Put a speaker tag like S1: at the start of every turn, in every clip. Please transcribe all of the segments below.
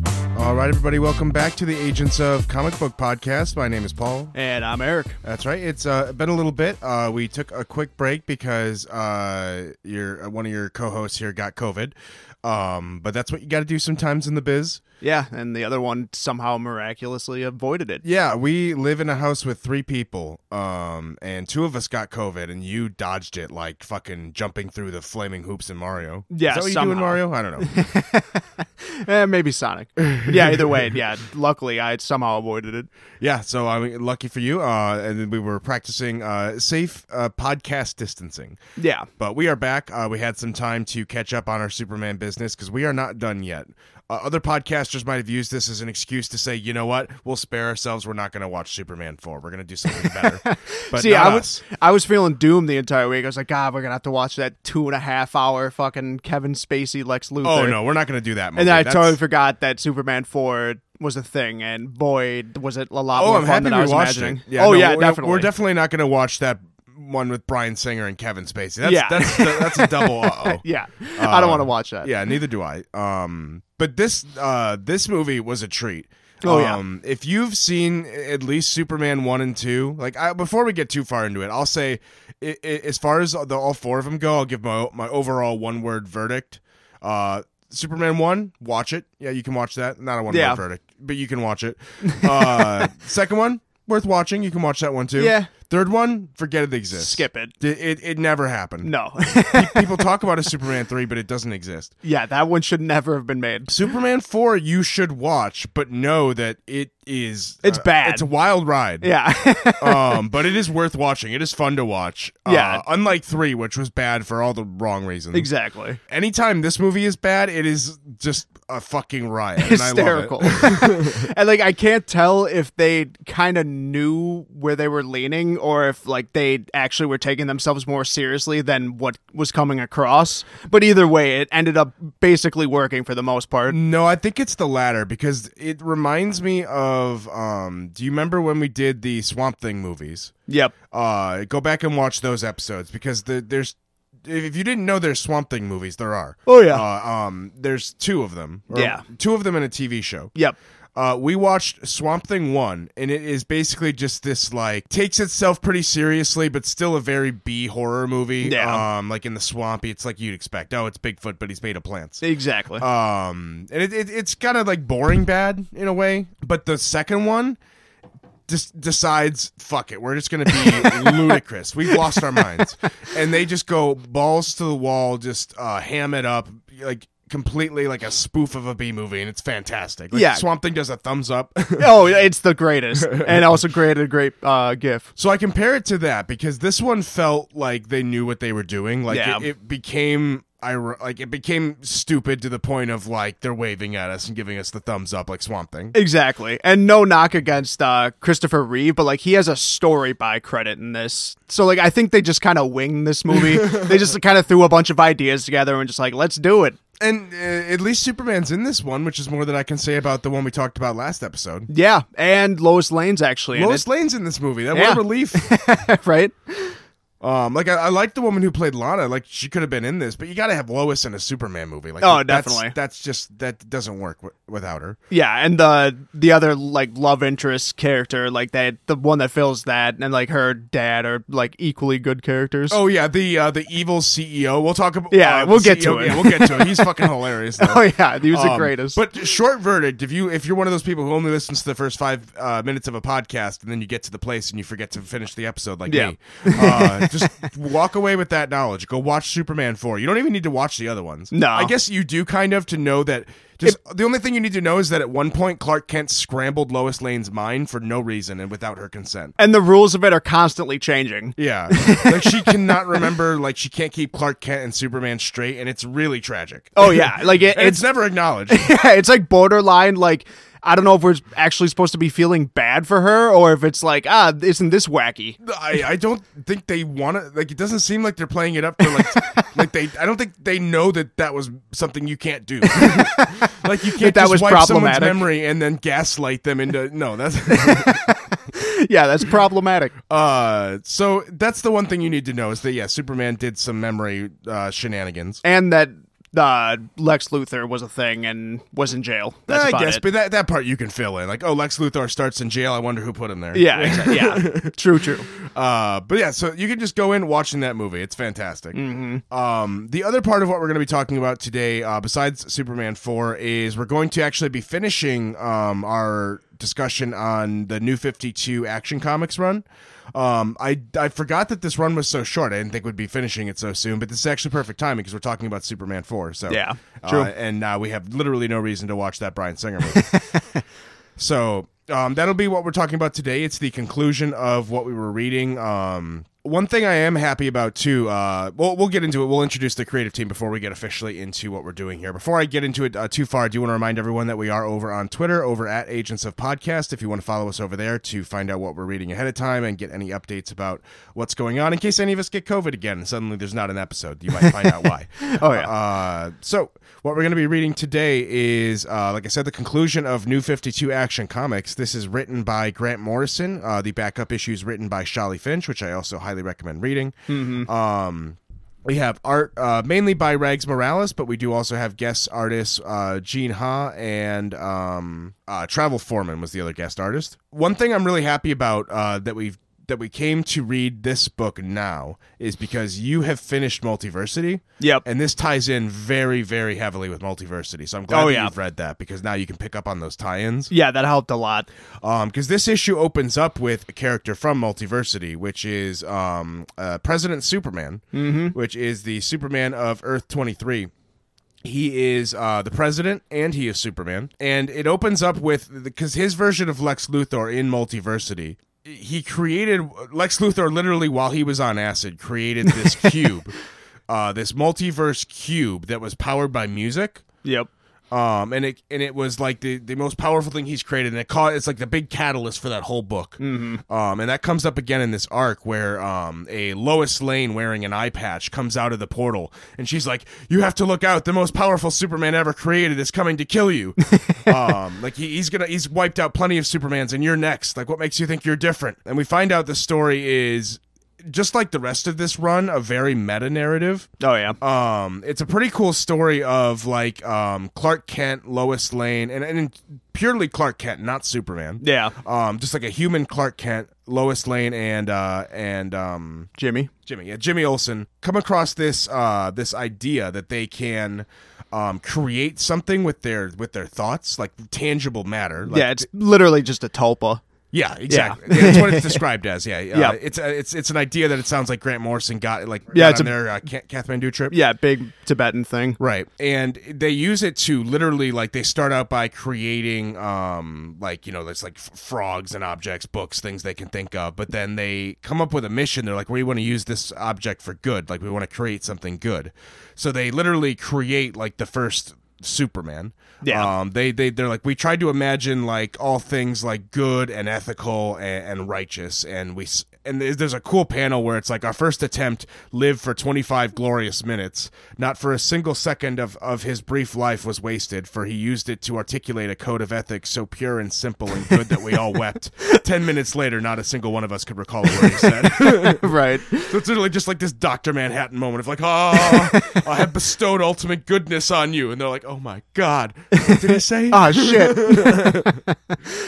S1: right, everybody, welcome back to the Agents of Comic Book podcast. My name is Paul.
S2: And I'm Eric.
S1: That's right. It's uh, been a little bit. Uh, we took a quick break because uh, your one of your co-hosts here got COVID. Um, but that's what you got to do sometimes in the biz.
S2: Yeah, and the other one somehow miraculously avoided it.
S1: Yeah, we live in a house with three people, um, and two of us got COVID, and you dodged it like fucking jumping through the flaming hoops in Mario.
S2: Yeah,
S1: is that what you do in
S2: somehow.
S1: Mario? I don't know.
S2: Eh, maybe Sonic. yeah, either way, yeah. Luckily, I somehow avoided it.
S1: yeah, so I mean, lucky for you. Uh, and then we were practicing uh, safe uh, podcast distancing.
S2: Yeah.
S1: But we are back. Uh, we had some time to catch up on our Superman business because we are not done yet. Uh, other podcasters might have used this as an excuse to say, you know what, we'll spare ourselves. We're not going to watch Superman 4. We're going to do something better. but
S2: See,
S1: not
S2: I
S1: us.
S2: was I was feeling doomed the entire week. I was like, God, we're gonna have to watch that two and a half hour fucking Kevin Spacey Lex Luthor.
S1: Oh, no, we're not going to do that. Movie.
S2: And then I
S1: That's-
S2: totally forgot that Superman four was a thing, and boy, was it a lot
S1: Oh,
S2: more
S1: I'm
S2: fun
S1: happy
S2: than I
S1: we
S2: was
S1: watched
S2: imagining.
S1: it. Yeah,
S2: oh
S1: no,
S2: yeah,
S1: we're,
S2: definitely.
S1: We're definitely not going to watch that one with Brian Singer and Kevin Spacey. That's,
S2: Yeah.
S1: that's, that's a double uh-oh.
S2: yeah, I don't want to watch that.
S1: Uh, Yeah, neither do I. Um, but this uh, this movie was a treat.
S2: Oh, yeah.
S1: um, If you've seen at least Superman one and two, like I, before we get too far into it, I'll say i i as far as the all four of them go, I'll give my my overall one word verdict. Uh, Superman one, watch it. Yeah, you can watch that. Not a one
S2: Yeah.
S1: word verdict, but you can watch it. Uh, second one, worth watching. You can watch that one too.
S2: Yeah.
S1: Third one, forget it exists.
S2: Skip it.
S1: It it, it never happened.
S2: No.
S1: People talk about a Superman three, but it doesn't exist.
S2: yeah, that one should never have been made.
S1: Superman 4 you should watch, but know that it is uh,
S2: It's bad.
S1: It's a wild ride.
S2: Yeah.
S1: um, but it is worth watching. It is fun to watch. Uh,
S2: Yeah.
S1: unlike 3 which was bad for all the wrong reasons.
S2: Exactly.
S1: Anytime this movie is bad, it is just a fucking riot and I love it.
S2: Hysterical. and like I can't tell if they kind of knew where they were leaning or if like they actually were taking themselves more seriously than what was coming across. But either way, it ended up basically working for the most part.
S1: No, I think it's the latter because it reminds me of um, do you remember when we did the Swamp Thing movies?
S2: Yep.
S1: Uh, go back and watch those episodes because the, there's if you didn't know there's Swamp Thing movies, there are.
S2: Oh, yeah.
S1: Uh, um, there's two of them. or
S2: Yeah.
S1: two of them in a TV show.
S2: Yep.
S1: Uh, we watched Swamp Thing one, and it is basically just this like takes itself pretty seriously, but still a very B horror movie.
S2: Yeah.
S1: Um, like in the swampy, it's like you'd expect. Oh, it's Bigfoot, but he's made of plants.
S2: Exactly.
S1: Um, and it, it, it's kind of like boring bad in a way, but the second one just decides, fuck it, we're just going to be ludicrous. We've lost our minds. And they just go balls to the wall, just uh, ham it up, like completely like a spoof of a B movie, and it's fantastic. Like,
S2: Yeah.
S1: Swamp Thing does a thumbs up.
S2: oh, it's the greatest. and also created a great uh gif.
S1: So I compare it to that because this one felt like they knew what they were doing. Like
S2: Yeah.
S1: it, it became I like it became stupid to the point of like they're waving at us and giving us the thumbs up like Swamp Thing.
S2: Exactly. And no knock against uh, Christopher Reeve, but like he has a story by credit in this. So like I think they just kind of winged this movie. they just kind of threw a bunch of ideas together and just like let's do it.
S1: And uh, at least Superman's in this one, which is more than I can say about the one we talked about last episode.
S2: Yeah, and Lois Lane's actually in
S1: Lois Lane's in this movie. That
S2: Yeah.
S1: what a relief.
S2: it, right?
S1: um, like I, I like the woman who played Lana. Like she could have been in this, but you got to have Lois in a Superman movie. Like
S2: Oh,
S1: that's-
S2: definitely.
S1: That's, just that doesn't work w- without her.
S2: Yeah, and the the other like love interest character, like that the one that fills that, and like her dad are like equally good characters.
S1: Oh yeah, the uh, the evil CEO. We'll talk about.
S2: Yeah,
S1: uh,
S2: we'll get
S1: CEO
S2: to it.
S1: Yeah, we'll get to it. He's fucking hilarious. though.
S2: Oh, yeah, he was the
S1: Um,
S2: greatest.
S1: But short verdict: if you if you're one of those people who only listens to the first five uh, minutes of a podcast and then you get to the place and you forget to finish the episode, like
S2: Yeah.
S1: me, uh, just walk away with that knowledge. Go watch Superman four. You don't even need to watch the other ones.
S2: No.
S1: I guess you do kind of to know that. Just the only thing you need to know is that at one point Clark Kent scrambled Lois Lane's mind for no reason and without her consent.
S2: and the rules of it are constantly changing.
S1: Yeah. Like she cannot remember, like she can't keep Clark Kent and Superman straight, and it's really tragic.
S2: Oh yeah, like it,
S1: And
S2: it's
S1: it's never acknowledged.
S2: yeah, it's like borderline like I don't know if we're actually supposed to be feeling bad for her or if it's like, ah, isn't this wacky?
S1: I, I don't think they want to like it doesn't seem like they're playing it up for like like they I don't think they know that that was something you can't do like you can't
S2: that
S1: just
S2: was
S1: wipe someone's
S2: problematic.
S1: memory and then gaslight them into no that's
S2: yeah, that's problematic.
S1: uh so that's the one thing you need to know is that yeah Superman did some memory uh, shenanigans
S2: And that uh, Lex Luthor was a thing and was in jail. That's
S1: I
S2: about
S1: guess,
S2: it.
S1: but that, that part you can fill in. Like, oh, Lex Luthor starts in jail. I wonder who put him there.
S2: yeah, exactly. yeah, true, true.
S1: Uh, but yeah, so you can just go in watching that movie. It's fantastic.
S2: Mm-hmm.
S1: Um, the other part of what we're going to be talking about today, uh, besides Superman 4, is we're going to actually be finishing um, our discussion on the new 52 Action Comics run. Um, I, I forgot that this run was so short. I didn't think we'd be finishing it so soon, but this is actually perfect timing because we're talking about Superman 4. So
S2: Yeah,
S1: uh,
S2: true.
S1: and now we have literally no reason to watch that Brian Singer movie. So um, that'll be what we're talking about today. It's the conclusion of what we were reading. Um, one thing I am happy about too. Uh, we'll, we'll get into it. We'll introduce the creative team before we get officially into what we're doing here. Before I get into it uh, too far, I do want to remind everyone that we are over on Twitter, over at Agents of Podcast. If you want to follow us over there to find out what we're reading ahead of time and get any updates about what's going on, in case any of us get COVID again and suddenly there's not an episode, you might find out why.
S2: Oh, yeah.
S1: Uh, so what we're going to be reading today is, uh, like I said, the conclusion of New Fifty Two Action Comics. This is written by Grant Morrison. Uh, the backup issue is written by Sholly Finch, which I also highly recommend reading.
S2: Hmm.
S1: Um, we have art uh, mainly by Rags Morales, but we do also have guest artists uh, Gene Ha and um, uh, Travel Foreman was the other guest artist. One thing I'm really happy about uh, that we've that we came to read this book now is because you have finished Multiversity.
S2: Yep.
S1: And this ties in very, very heavily with Multiversity. So I'm glad
S2: Oh,
S1: that
S2: yeah.
S1: you've read that because now you can pick up on those tie-ins.
S2: Yeah, that helped a lot.
S1: Um, because this issue opens up with a character from Multiversity, which is um, uh, President Superman, which is the Superman of Earth 23. He is uh, the president and he is Superman. And it opens up with because his version of Lex Luthor in Multiversity. He created Lex Luthor literally while he was on acid, created this cube, uh, this multiverse cube that was powered by music
S2: Yep.
S1: um and it and it was like the the most powerful thing he's created and it caught it's like the big catalyst for that whole book mm-hmm. um and that comes up again in this arc where um a lois lane wearing an eye patch comes out of the portal and she's like you have to look out the most powerful superman ever created is coming to kill you um like he, he's gonna he's wiped out plenty of supermans and you're next like what makes you think you're different and we find out the story is just like the rest of this run a very meta narrative
S2: Oh yeah.
S1: um it's a pretty cool story of like um clark kent lois lane and, and purely clark kent not superman
S2: Yeah.
S1: um just like a human clark kent lois lane and uh and um
S2: Jimmy.
S1: Jimmy, yeah, Jimmy Olsen, come across this uh, this idea that they can um, create something with their with their thoughts, like tangible matter. Like,
S2: yeah, it's literally just a tulpa.
S1: yeah, exactly. Yeah. That's what it's described as. Yeah, uh,
S2: Yeah.
S1: It's uh, it's it's an idea that it sounds like Grant Morrison got like
S2: Yeah,
S1: got
S2: it's
S1: on
S2: a-
S1: their uh, Ka- Kathmandu trip.
S2: Yeah, big Tibetan thing.
S1: Right. And they use it to literally like they start out by creating um like you know there's like f- frogs and objects, books, things they can think of, but then they come up with a mission. They're like we want to use this object for good. Like we want to create something good. So they literally create like the first Superman.
S2: Yeah.
S1: Um they they they're like we tried to imagine like all things like good and ethical and, and righteous and we s- and there's there's a cool panel where it's like our first attempt lived for 25 glorious minutes not for a single second of, of his brief life was wasted for he used it to articulate a code of ethics so pure and simple and good that we all wept 10 minutes later not a single one of us could recall a word he said
S2: right.
S1: so it's literally just like this Dr. Manhattan moment of like, ah, I have bestowed ultimate goodness on you. And they're like, oh my God, what did he say?
S2: Ah shit.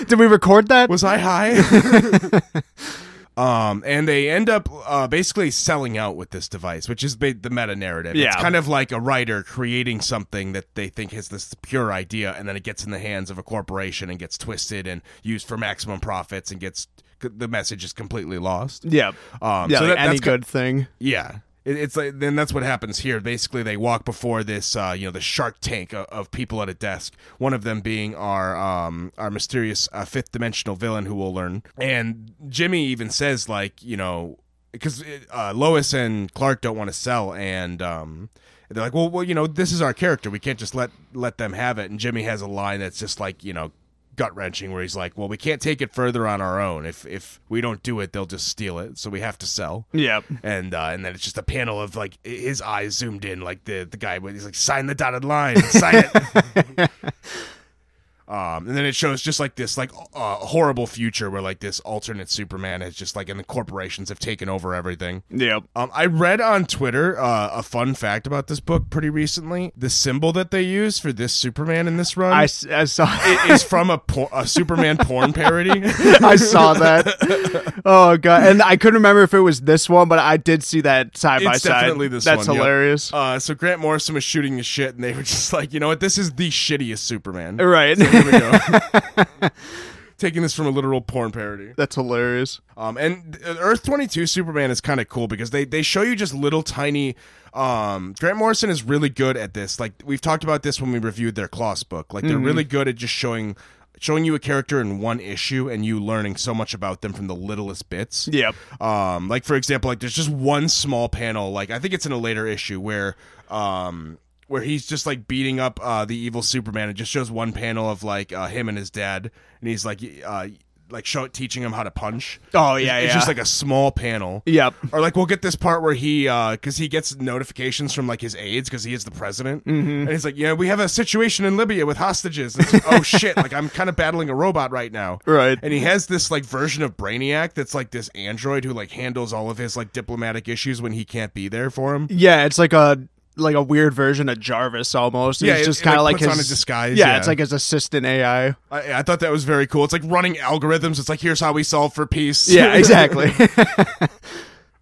S2: Did we record that?
S1: Was I high? um, and they end up uh, basically selling out with this device, which is ba- the meta narrative. It's
S2: Yeah.
S1: kind of like a writer creating something that they think is this pure idea, and then it gets in the hands of a corporation and gets twisted and used for maximum profits and gets the message is completely lost.
S2: yeah.
S1: Um,
S2: yeah,
S1: so
S2: like
S1: that-
S2: any
S1: that's ki-
S2: good thing.
S1: Yeah. It, it's like then that's what happens here. Basically, they walk before this, uh, you know, the Shark Tank of, of people at a desk. One of them being our um, our mysterious uh, fifth dimensional villain, who we'll learn. And Jimmy even says like, you know, because uh, Lois and Clark don't want to sell, and um, they're like, well, well, you know, this is our character. We can't just let let them have it. And Jimmy has a line that's just like, you know. Gut wrenching, where he's like, "Well, we can't take it further on our own. If if we don't do it, they'll just steal it. So we have to sell."
S2: Yeah.
S1: and uh, and then it's just a panel of like i- his eyes zoomed in, like the the guy when he's like sign the dotted line, sign it. Um, and then it shows just like this, like uh, horrible future where like this alternate Superman is just like, and the corporations have taken over everything.
S2: Yep.
S1: Um, I read on Twitter uh, a fun fact about this book pretty recently. The symbol that they use for this Superman in this run
S2: I, s- I saw
S1: is from a, por- a Superman porn parody.
S2: I saw that. Oh god, and I couldn't remember if it was this one, but I did see that side by
S1: it's
S2: side.
S1: definitely this
S2: That's
S1: one, yep.
S2: hilarious.
S1: Uh, so Grant Morrison was shooting the shit, and they were just like, you know what? This is the shittiest Superman.
S2: Right.
S1: Here we go. Taking this from a literal porn parody.
S2: That's hilarious.
S1: Um, and uh, Earth 22 Superman is kind of cool because they, they show you just little tiny. Um, Grant Morrison is really good at this. Like we've talked about this when we reviewed their Kloss book. Like
S2: Mm-hmm.
S1: they're really good at just showing showing you a character in one issue and you learning so much about them from the littlest bits.
S2: Yep.
S1: Um, like for example, like there's just one small panel. Like I think it's in a later issue where um where he's just like beating up uh the evil Superman. It just shows one panel of like uh, him and his dad, and he's like y- uh like show teaching him how to punch.
S2: Oh, yeah,
S1: it's, it's
S2: yeah.
S1: just like a small panel.
S2: Yep.
S1: Or like we'll get this part where he, because he gets notifications from like his aides because he is the president,
S2: Mm-hmm.
S1: and he's like, "Yeah, we have a situation in Libya with hostages." And it's like, oh shit! Like I'm kind of battling a robot right now,
S2: Right.
S1: And he has this like version of Brainiac that's like this android who like handles all of his like diplomatic issues when he can't be there for him.
S2: Yeah, it's like a like a weird version of Jarvis almost.
S1: Yeah,
S2: it's
S1: it-
S2: just
S1: it,
S2: kind of
S1: like,
S2: like,
S1: puts
S2: his
S1: on a disguise,
S2: Yeah,
S1: yeah.
S2: it's like his assistant AI.
S1: I, I thought that was very cool. It's like running algorithms. It's like here's how we solve for peace.
S2: Yeah, exactly.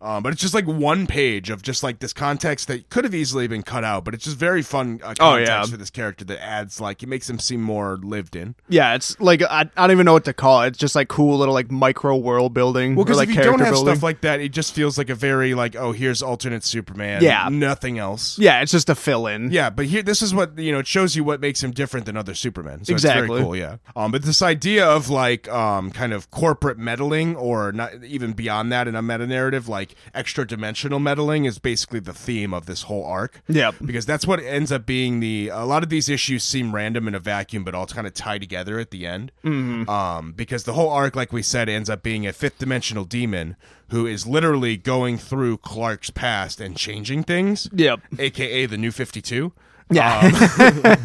S1: Um, but it's just like one page of just like this context that could have easily been cut out, but it's just very fun uh, context
S2: Oh, yeah.
S1: for this character that adds like it makes him seem more lived in.
S2: yeah, it's like I, I don't even know what to call it. It's just like cool little like micro world building.
S1: Well, because
S2: like
S1: if you
S2: character
S1: don't have
S2: building.
S1: stuff like that, it just feels like a very like oh here's alternate Superman.
S2: Yeah.
S1: nothing else.
S2: yeah, it's just a fill in.
S1: Yeah, but here this is what you know it shows you what makes him different than other Supermen. So It's
S2: Exactly.
S1: very cool, yeah. Um, but this idea of like um kind of corporate meddling or not even beyond that in a meta narrative, like extra dimensional meddling is basically the theme of this whole arc.
S2: Yep.
S1: Because that's what ends up being the a lot of these issues seem random in a vacuum, but all kind of tie together at the end.
S2: Mm-hmm.
S1: Um, because the whole arc, like we said, ends up being a fifth dimensional demon who is literally going through Clark's past and changing things
S2: Yep.
S1: aka the new 52
S2: Yeah.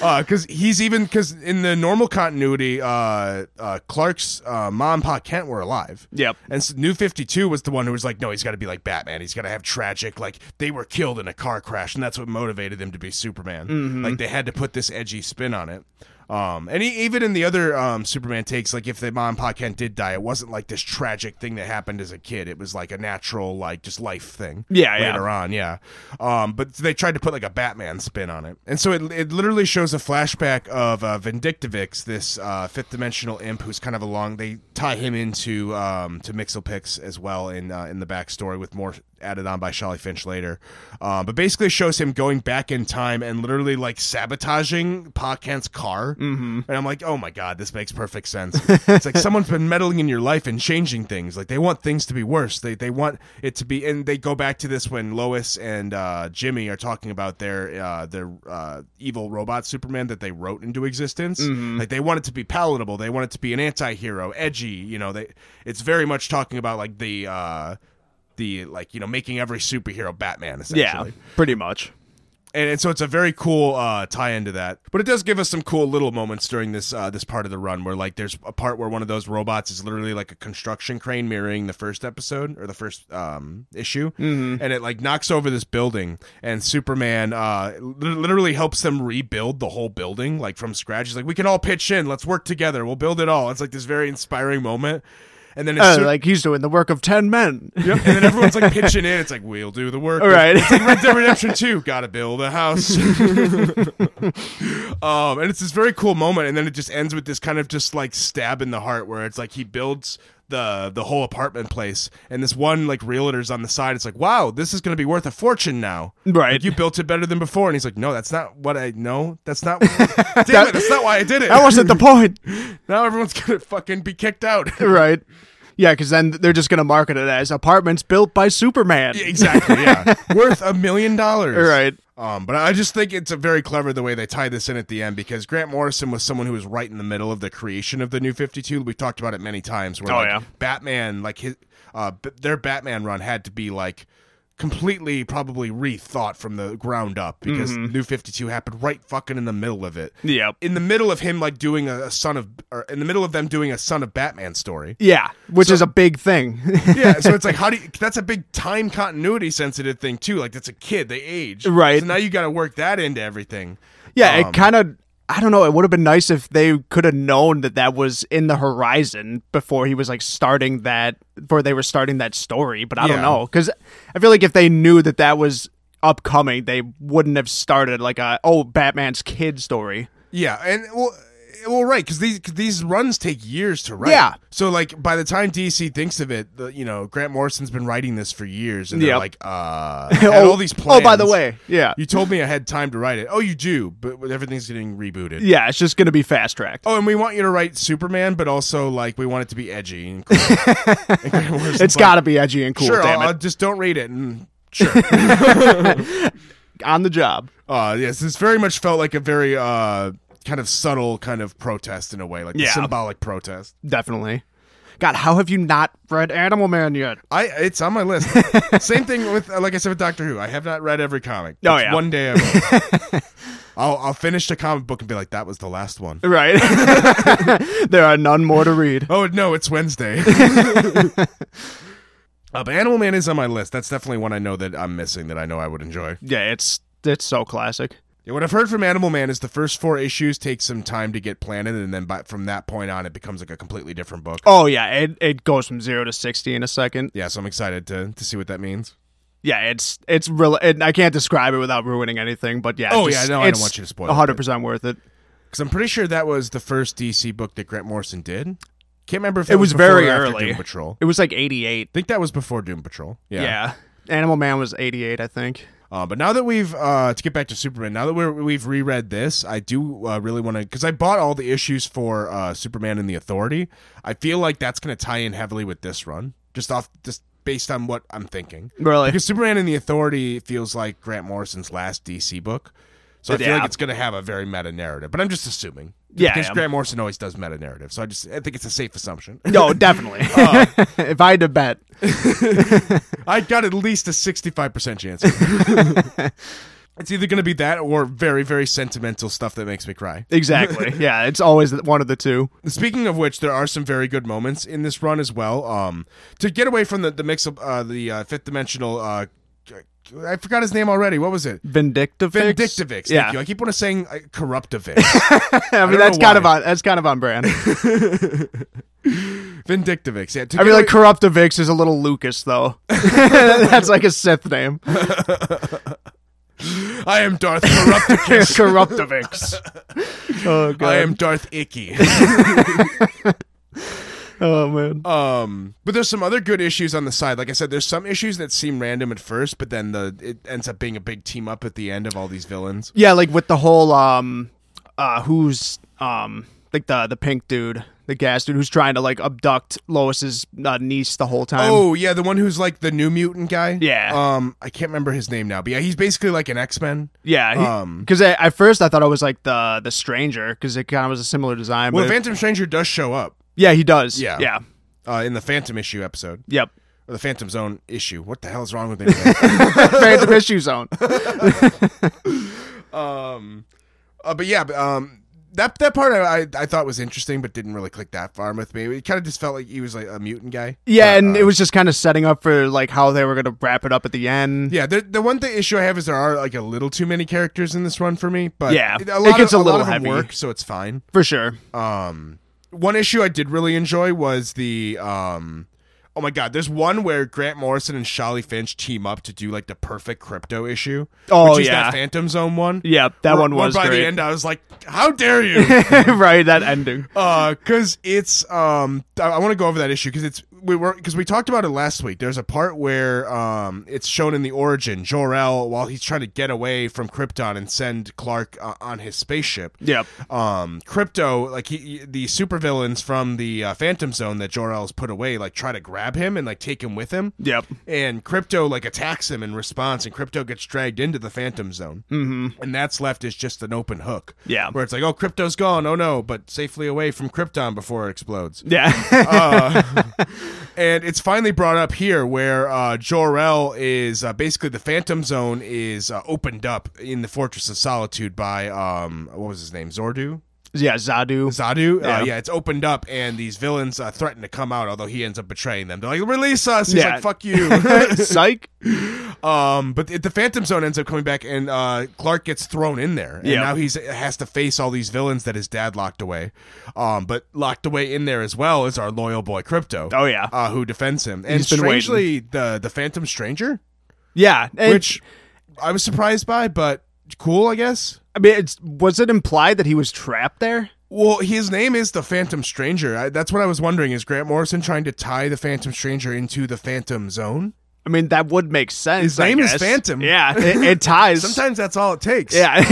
S1: Uh, because Uh, he's even because in the normal continuity uh, uh, clark's uh, mom and pa kent were alive
S2: Yep.
S1: and so new 52 was the one who was like no he's got to be like batman he's got to have tragic like they were killed in a car crash and that's what motivated them to be superman like they had to put this edgy spin on it um, and he, even in the other um, Superman takes, like if the mom and pa Kent did die, it wasn't like this tragic thing that happened as a kid. It was like a natural, like just life thing.
S2: Yeah,
S1: later
S2: yeah.
S1: later on, yeah. Um, but they tried to put like a Batman spin on it, and so it, it literally shows a flashback of uh, Vindictivix, this uh, fifth dimensional imp who's kind of along. They tie him into um, to Mixelpix as well in uh, in the backstory with more added on by Sholly Finch later. Um, but basically it shows him going back in time and literally like sabotaging Pa Kent's car. Mm-hmm. And I'm like, oh my god, this makes perfect sense. it's like someone's been meddling in your life and changing things. Like they want things to be worse. They they want it to be. And they go back to this when Lois and uh, Jimmy are talking about their uh, their uh, evil robot Superman that they wrote into existence. Like they want it to be palatable. They want it to be an anti-hero, edgy. You know, they it's very much talking about like the. Uh, the like you know making every superhero Batman
S2: yeah,
S1: essentially,
S2: pretty much.
S1: and, and so it's a very cool uh, tie into that. But it does give us some cool little moments during this uh, this part of the run where like there's a part where one of those robots is literally like a construction crane mirroring the first episode or the first um, issue, and it like knocks over this building, and Superman uh, li- literally helps them rebuild the whole building like from scratch. He's like, we can all pitch in, let's work together, we'll build it all. It's like this very inspiring moment. And then as
S2: Uh,
S1: soon-
S2: like he's doing the work of ten men.
S1: Yep. And then everyone's like pitching in. It's like we'll do the work.
S2: All right.
S1: It's like Red Dead Redemption Two. Got to build a house. um, and it's this very cool moment, and then it just ends with this kind of just like stab in the heart, where it's like he builds the the whole apartment place, and this one like realtor's on the side. It's like, wow, this is going to be worth a fortune now.
S2: Right.
S1: Like, you built it better than before, and he's like, no, that's not what I. No, that's not. damn it, that's not why I did it.
S2: That wasn't the point.
S1: now everyone's gonna fucking be kicked out.
S2: right. Yeah, because then they're just going to market it as apartments built by Superman.
S1: Exactly, yeah. Worth a million dollars.
S2: Right.
S1: Um, but I just think it's a very clever the way they tie this in at the end because Grant Morrison was someone who was right in the middle of the creation of the New Fifty Two. We've talked about it many times. Where
S2: Oh,
S1: like,
S2: yeah.
S1: Batman, like his, uh, b- their Batman run had to be like completely probably rethought from the ground up because New 52 happened right fucking in the middle of it.
S2: Mm-hmm. Yep.
S1: In the middle of him like doing a, a son of or in the middle of them doing a son of Batman story.
S2: Yeah, which is a big thing.
S1: yeah, so it's like how do you that's a big time continuity sensitive thing too. Like that's a kid, they age.
S2: Right.
S1: So now you gotta work that into everything.
S2: yeah,
S1: Um,
S2: it kind of. I don't know. It would have been nice if they could have known that that was in the horizon before he was like starting that, before they were starting that story. But I don't
S1: Yeah.
S2: know because I feel like if they knew that that was upcoming, they wouldn't have started like a oh Batman's kid story.
S1: Yeah, and well, well, right, because these 'cause these runs take years to write.
S2: Yeah.
S1: So like by the time DC thinks of it, the, you know Grant Morrison's been writing this for years, and they're
S2: Yep.
S1: like, uh, I had all these plans.
S2: Oh, by the way, yeah,
S1: you told me I had time to write it. Oh, you do, but everything's getting rebooted.
S2: yeah, it's just gonna be fast tracked.
S1: Oh, and we want you to write Superman, but also like we want it to be edgy. And cool. And Grant Morrison's
S2: it's
S1: like,
S2: gotta be edgy and cool.
S1: sure.
S2: damn
S1: I'll,
S2: it,
S1: I'll just don't read it. And sure.
S2: on the job.
S1: Uh, yes, this very much felt like a very uh, kind of subtle kind of protest in a way, like a
S2: Yeah.
S1: symbolic protest.
S2: Definitely. God, how have you not read Animal Man yet?
S1: I it's on my list. Same thing with uh, like I said with Doctor Who. I have not read every comic.
S2: Oh,
S1: It's
S2: yeah.
S1: One day I will. I'll I'll finish the comic book and be like, that was the last one.
S2: Right. there are none more to read.
S1: Oh no, it's Wednesday. uh, but Animal Man is on my list. That's definitely one I know that I'm missing that I know I would enjoy.
S2: Yeah, it's it's so classic.
S1: Yeah, what I've heard from Animal Man is the first four issues take some time to get planted, and then by, from that point on, it becomes like a completely different book.
S2: Oh yeah, it, it goes from zero to sixty in a second.
S1: Yeah, so I'm excited to to see what that means.
S2: Yeah, it's it's real. It, I can't describe it without ruining anything. But yeah,
S1: Oh,
S2: just-
S1: yeah, no, I don't
S2: it's
S1: want you to spoil it,
S2: One hundred percent worth it.
S1: Because I'm pretty sure that was the first DC book that Grant Morrison did. Can't remember if
S2: It
S1: that
S2: was
S1: before or
S2: very
S1: after
S2: early.
S1: Doom Patrol.
S2: It was like eighty eight.
S1: I think that was before Doom Patrol. Yeah.
S2: Yeah. Animal Man was eighty eight, I think.
S1: Uh, but now that we've uh, to get back to Superman, now that we're, we've reread this, I do uh, really want to because I bought all the issues for uh, Superman and the Authority. I feel like that's going to tie in heavily with this run, just off just based on what I'm thinking.
S2: Really?
S1: Because Superman and the Authority feels like Grant Morrison's last DC book. So I feel
S2: Yeah.
S1: like it's going to have a very meta narrative, but I'm just assuming.
S2: Yeah,
S1: Because
S2: yeah.
S1: Grant Morrison always does meta narrative. So I just I think it's a safe assumption.
S2: No, Oh, definitely. if I had to bet,
S1: I got at least a 65% chance. it's either going to be that or very, very sentimental stuff that makes me cry.
S2: exactly. yeah, it's always one of the two.
S1: Speaking of which, there are some very good moments in this run as well. Um, to get away from the, the mix of uh, the uh, fifth dimensional. Uh, I forgot his name already. What was it?
S2: Vindictivix.
S1: Vindictivix. Thank
S2: Yeah.
S1: you. I keep on saying uh, Corruptivix.
S2: I mean,
S1: know
S2: that's kind of
S1: why.
S2: on that's kind of on brand.
S1: Vindictivix. Yeah, to
S2: I
S1: get
S2: mean, like
S1: away-
S2: Corruptivix is a little Lucas though. that's like a Sith name.
S1: I am Darth Corruptivix.
S2: Corruptivix. Oh god.
S1: I am Darth Icky.
S2: Oh man.
S1: Um, but there's some other good issues on the side. Like I said, there's some issues that seem random at first, but then the it ends up being a big team up at the end of all these villains.
S2: Yeah, like with the whole um, uh, who's um, like the the pink dude, the gas dude who's trying to like abduct Lois's uh, niece the whole time.
S1: Oh yeah, the one who's like the new mutant guy.
S2: Yeah.
S1: Um, I can't remember his name now, but yeah, he's basically like an X Men.
S2: yeah.
S1: Um.
S2: Because at first I thought it was like the the stranger because it kind of was a similar design.
S1: Well,
S2: but it-
S1: Phantom Stranger does show up
S2: yeah, he does.
S1: Yeah.
S2: Yeah.
S1: uh, in the Phantom issue episode
S2: Yep.
S1: or the Phantom Zone issue. What the hell is wrong with me? today?
S2: Phantom issue zone.
S1: Uh, but yeah, but, um, that that part I, I I thought was interesting, but didn't really click that far with me. It kind of just felt like he was like a mutant guy.
S2: Yeah,
S1: But,
S2: and
S1: uh,
S2: it was just kind of setting up for like how they were gonna wrap it up at the end.
S1: Yeah, the, the one thing issue I have is there are like a little too many characters in this run for me, but
S2: Yeah,
S1: a
S2: it
S1: lot
S2: gets
S1: of a,
S2: a
S1: lot
S2: little
S1: of them
S2: heavy.
S1: work, so it's fine.
S2: For sure.
S1: Um, one issue I did really enjoy was the um, oh my god, there's one where Grant Morrison and Sholly Finch team up to do like the perfect crypto issue,
S2: Oh,
S1: which is
S2: yeah.
S1: that Phantom Zone one.
S2: Yeah, that
S1: Where-
S2: one
S1: where
S2: was
S1: by
S2: great.
S1: the end, I was like, "How dare you!"
S2: right, that ending.
S1: Because Uh, it's um, I, I want to go over that issue because it's we were because we talked about it last week. There's a part where um, it's shown in the origin Jor El while he's trying to get away from Krypton and send Clark uh, on his spaceship.
S2: Yep.
S1: Um, Crypto, like he, he- the supervillains from the uh, Phantom Zone that Jor El's put away, like try to grab him and like take him with him.
S2: Yep.
S1: And Crypto like attacks him in response, and Crypto gets dragged into the Phantom Zone, mm-hmm. and that's left as just an open hook.
S2: Yeah.
S1: where it's like, oh, Crypto's gone, oh no, but safely away from Krypton before it explodes.
S2: Yeah.
S1: and it's finally brought up here where uh, Jor-El is uh, basically the Phantom Zone is uh, opened up in the Fortress of Solitude by um, what was his name, Zordu.
S2: Yeah, Zadu.
S1: Zadu, yeah.
S2: Yeah.
S1: Uh, yeah, it's opened up, and these villains uh, threaten to come out. Although he ends up betraying them, they're like, "Release us!" He's
S2: Yeah.
S1: like, "Fuck you!"
S2: Psych.
S1: um, but the, the Phantom Zone ends up coming back, and uh, Clark gets thrown in there, and
S2: Yeah.
S1: now he's has to face all these villains that his dad locked away. Um, but locked away in there as well is our loyal boy Crypto.
S2: Oh, yeah.
S1: uh, who defends him? And
S2: He's been waiting.
S1: strangely, the the Phantom Stranger,
S2: Yeah, and-
S1: which I was surprised by, but cool, I guess.
S2: I mean, it's, was it implied that he was trapped there?
S1: Well, his name is the Phantom Stranger. I, that's what I was wondering. Is Grant Morrison trying to tie the Phantom Stranger into the Phantom Zone?
S2: I mean, that would make sense.
S1: His
S2: I
S1: name is
S2: guess.
S1: Phantom.
S2: Yeah, it, it ties.
S1: Sometimes that's all it takes.
S2: Yeah,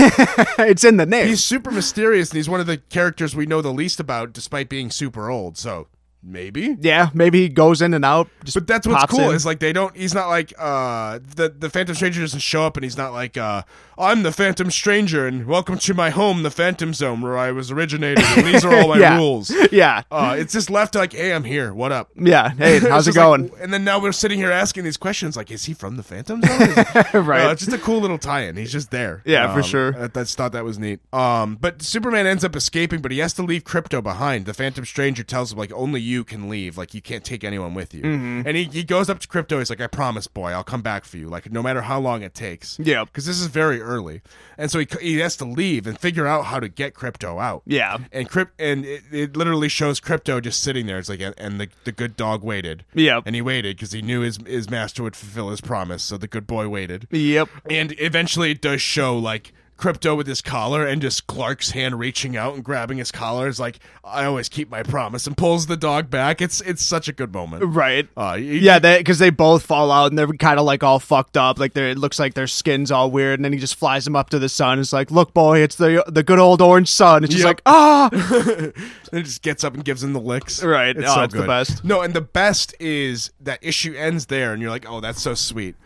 S2: it's in the name.
S1: He's super mysterious, and he's one of the characters we know the least about, despite being super old. So maybe.
S2: yeah, maybe he goes in and out. Just
S1: But that's what's
S2: pops
S1: cool.
S2: in.
S1: Is like they don't. He's not like uh the the Phantom Stranger doesn't show up, and he's not like uh I'm the Phantom Stranger, and welcome to my home, the Phantom Zone, where I was originated, and these are all my
S2: Yeah.
S1: rules.
S2: yeah,
S1: Uh, it's just left like, hey, I'm here. What up?
S2: yeah. Hey,
S1: It's
S2: how's it
S1: just like-
S2: going?
S1: and then now we're sitting here asking these questions like, is he from the Phantom Zone? Is-
S2: right.
S1: No, it's just a cool little tie-in. He's just there.
S2: Yeah, for
S1: Um,
S2: sure.
S1: I just thought that was neat. Um, but Superman ends up escaping, but he has to leave Crypto behind. The Phantom Stranger tells him like, only you can leave. Like, you can't take anyone with you.
S2: Mm-hmm.
S1: And he, he goes up to Crypto. He's like, I promise, boy, I'll come back for you. Like, no matter how long it takes.
S2: Yeah.
S1: Because this is very early, and so he c- he has to leave and figure out how to get Crypto out.
S2: yeah,
S1: And crypt and it, it literally shows crypto just sitting there. It's like and the the good dog waited.
S2: Yep.
S1: And he waited because he knew his his master would fulfill his promise. So the good boy waited.
S2: yep.
S1: And eventually it does show like crypto with his collar and just Clark's hand reaching out and grabbing his collar is like I always keep my promise and pulls the dog back. It's it's such a good moment.
S2: Right.
S1: Uh, he-
S2: yeah, because they both fall out and they're kind of like all fucked up. Like they're, it looks like their skin's all weird. And then he just flies them up to the sun. It's like, look, boy, it's the the good old orange sun. It's just
S1: Yep.
S2: like, ah,
S1: And it just gets up and gives him the licks.
S2: Right. Oh, it's the best.
S1: No, and the best is that issue ends there, and you're like, oh, that's so sweet.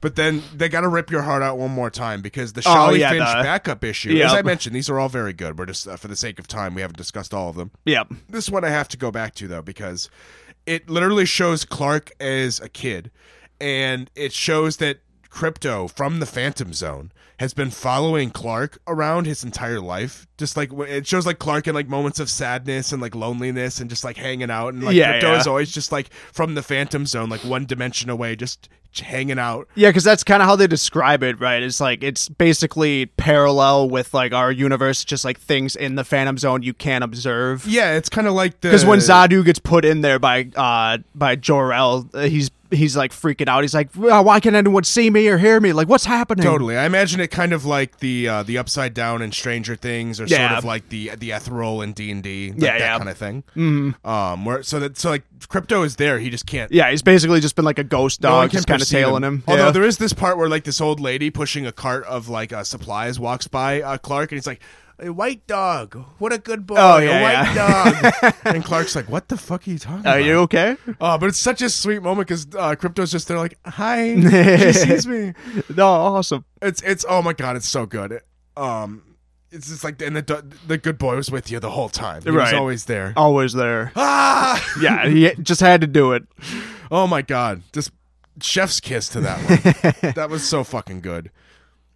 S1: But then they got to rip your heart out one more time because the Charlie
S2: Oh, yeah,
S1: Finch
S2: the-
S1: backup issue,
S2: Yeah.
S1: as I mentioned, these are all very good. We're just, uh, for the sake of time, we haven't discussed all of them.
S2: yep,
S1: This one I have to go back to, though, because it literally shows Clark as a kid, and it shows that Crypto from the Phantom Zone has been following Clark around his entire life. Just like when- it shows, like Clark in like moments of sadness and like loneliness, and just like hanging out, and like
S2: Yeah,
S1: Crypto
S2: yeah.
S1: is always just like from the Phantom Zone, like one dimension away, just hanging out.
S2: yeah, because that's kind of how they describe it, right? It's like it's basically parallel with like our universe, just like things in the Phantom Zone you can't observe.
S1: Yeah, it's kind of like the
S2: Because when Zadu gets put in there by uh by Jor El, he's he's like freaking out. He's like, "Why why can't anyone see me or hear me? Like, what's happening?"
S1: Totally, I imagine it kind of like the uh, the Upside Down and Stranger Things, or sort
S2: Yeah.
S1: of like the the Ethereal and D and D, like
S2: Yeah,
S1: that
S2: yeah.
S1: kind of thing. Mm-hmm. Um, where so that so like crypto is there, he just can't.
S2: Yeah, he's basically just been like a ghost
S1: no one
S2: dog,
S1: can
S2: just kind of
S1: perceive
S2: tailing him.
S1: Although
S2: Yeah.
S1: there is this part where like this old lady pushing a cart of like uh, supplies walks by uh, Clark, and he's like. A white dog, what a good boy!
S2: Oh,
S1: a
S2: yeah,
S1: white dog. and Clark's like, "What the fuck are you talking
S2: Are
S1: about?"
S2: you okay?
S1: Uh, but it's such a sweet moment because uh, Crypto's just there, like, "Hi, she sees me."
S2: No, awesome.
S1: It's it's oh my god, it's so good. Um, it's just like and the do- the good boy was with you the whole time. He was
S2: Right. Oh.
S1: always there.
S2: Always there.
S1: Ah!
S2: Yeah, he just had to do it.
S1: Oh my god, just chef's kiss to that one. that was so fucking good.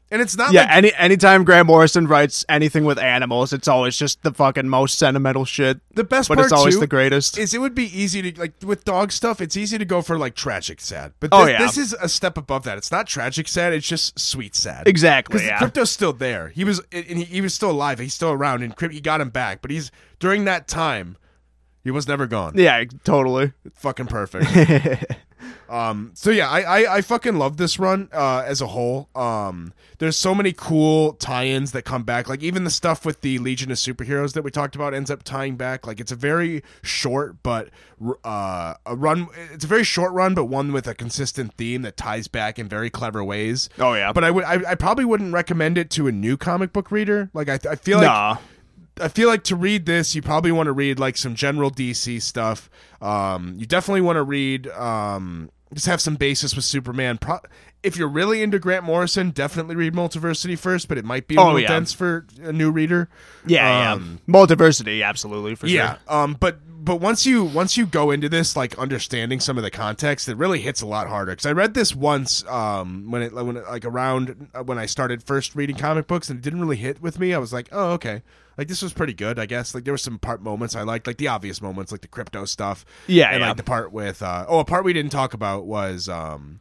S1: And it's not
S2: Yeah,
S1: like
S2: any anytime Grant Morrison writes anything with animals, it's always just the fucking most sentimental shit.
S1: the best
S2: But
S1: part
S2: it's always
S1: too,
S2: the greatest.
S1: is it would be easy to like with dog stuff. It's easy to go for like tragic sad, but this,
S2: Oh, yeah.
S1: this is a step above that. It's not tragic sad. It's just sweet sad.
S2: Exactly.
S1: Because
S2: Yeah.
S1: Crypto's still there. He was and he, he was still alive. He's still around, and Crypt, he got him back. But he's during that time, he was never gone.
S2: yeah, totally.
S1: Fucking perfect. um. So yeah, I, I I fucking love this run uh, as a whole. Um. There's so many cool tie-ins that come back. Like even the stuff with the Legion of Superheroes that we talked about ends up tying back. Like it's a very short but r- uh a run. It's a very short run, but one with a consistent theme that ties back in very clever ways.
S2: Oh, yeah.
S1: But I would I, I probably wouldn't recommend it to a new comic book reader. Like I, I feel like
S2: nah.
S1: I feel like to read this, you probably want to read like some general DC stuff. Um, you definitely want to read um, just have some basis with Superman. Pro- if you're really into Grant Morrison, definitely read Multiversity first, but it might be a
S2: Oh,
S1: little
S2: yeah.
S1: dense for a new reader.
S2: Yeah,
S1: Um,
S2: yeah. Multiversity, absolutely for
S1: yeah.
S2: sure.
S1: Um, but but once you once you go into this like understanding some of the context, it really hits a lot harder. Because I read this once um, when it when it, like around uh, when I started first reading comic books, and it didn't really hit with me. I was like, oh okay, like this was pretty good, I guess. Like there were some part moments I liked, like the obvious moments, like the crypto stuff.
S2: Yeah,
S1: and
S2: yeah.
S1: like the part with uh, oh a part we didn't talk about was. Um,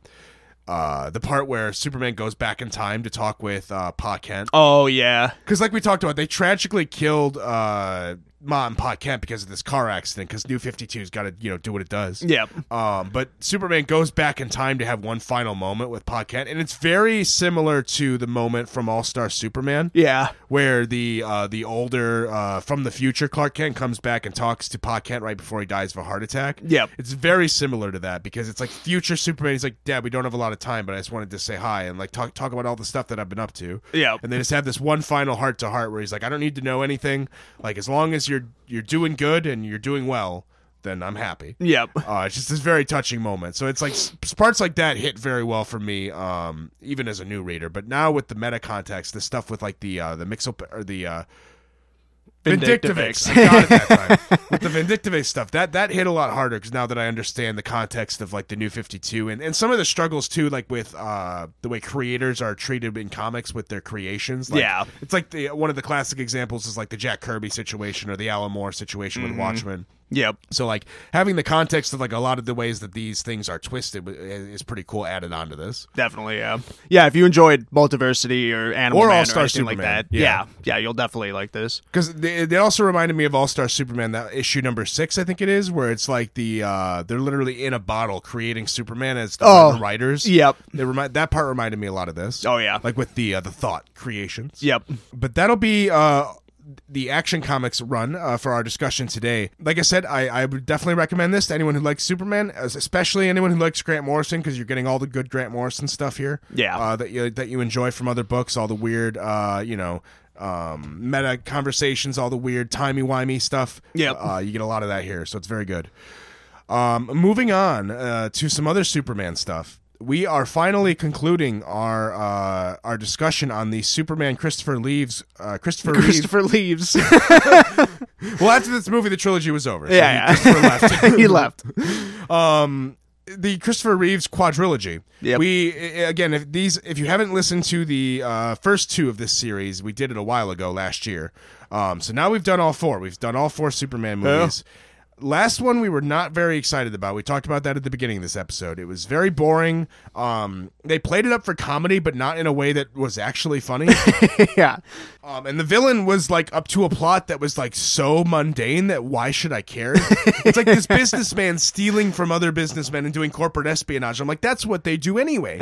S1: uh, the part where Superman goes back in time to talk with uh, Pa Kent
S2: Oh yeah.
S1: because like we talked about, they tragically killed uh, Ma and Pa Kent because of this car accident. Because New Fifty Two's got to you know do what it does.
S2: Yep.
S1: Um, but Superman goes back in time to have one final moment with Pa Kent, and it's very similar to the moment from All Star Superman.
S2: Yeah.
S1: Where the uh, the older uh, from the future Clark Kent comes back and talks to Pa Kent right before he dies of a heart attack.
S2: Yep.
S1: it's very similar to that because it's like future Superman. He's like, Dad, we don't have a lot of time, but I just wanted to say hi and like talk talk about all the stuff that I've been up to.
S2: Yep.
S1: And they just have this one final heart to heart where he's like, I don't need to know anything. Like as long as you're you're doing good and you're doing well, then I'm happy.
S2: Yep.
S1: Uh, it's just this very touching moment. So it's like s- parts like that hit very well for me, um, even as a new reader. But now with the meta context, the stuff with like the uh, the mixel or the uh, Vindictivix. I got it that time. With the Vindictivix stuff, that that hit a lot harder because now that I understand the context of like the new 52 and, and some of the struggles too, like with uh, the way creators are treated in comics with their creations. Like,
S2: Yeah.
S1: It's like the one of the classic examples is like the Jack Kirby situation or the Alan Moore situation with Watchmen.
S2: Yep.
S1: So like having the context of like a lot of the ways that these things are twisted w- is pretty cool added onto this.
S2: Definitely, yeah. Yeah, if you enjoyed Multiversity or Animal
S1: Or
S2: Man
S1: All-Star
S2: or anything like
S1: Superman,
S2: that,
S1: yeah.
S2: yeah. yeah, you'll definitely like this.
S1: because they, they also reminded me of All Star Superman, that issue number six, I think it is, where it's like the uh, they're literally in a bottle creating Superman as the,
S2: Oh,
S1: the writers.
S2: yep.
S1: they remind that part reminded me a lot of this.
S2: Oh, yeah.
S1: like with the uh, the thought creations.
S2: Yep.
S1: but that'll be. Uh, the action comics run uh, for our discussion today. Like I said, I, I would definitely recommend this to anyone who likes Superman, as- especially anyone who likes Grant Morrison, because you're getting all the good Grant Morrison stuff here.
S2: Yeah.
S1: uh, that you that you enjoy from other books, all the weird, uh, you know, um, meta conversations, all the weird timey wimey stuff.
S2: Yep.
S1: uh, you get a lot of that here, so it's very good. Um, moving on uh, to some other Superman stuff. We are finally concluding our uh, our discussion on the Superman Christopher Leaves uh, Christopher, Reeve.
S2: Christopher leaves.
S1: Well, after this movie, the trilogy was over. so
S2: Yeah,
S1: he- Christopher left.
S2: he left.
S1: um the Christopher Reeves quadrilogy.
S2: Yep.
S1: We i- again, if these, if you haven't listened to the uh, first two of this series, we did it a while ago last year. Um, so now we've done all four. We've done all four Superman movies. Last one we were not very excited about. We talked about that at the beginning of this episode. It was very boring. Um, they played it up for comedy, but not in a way that was actually funny.
S2: yeah.
S1: Um, and the villain was like up to a plot that was like so mundane that why should I care? it's like this businessman stealing from other businessmen and doing corporate espionage. I'm like, that's what they do anyway.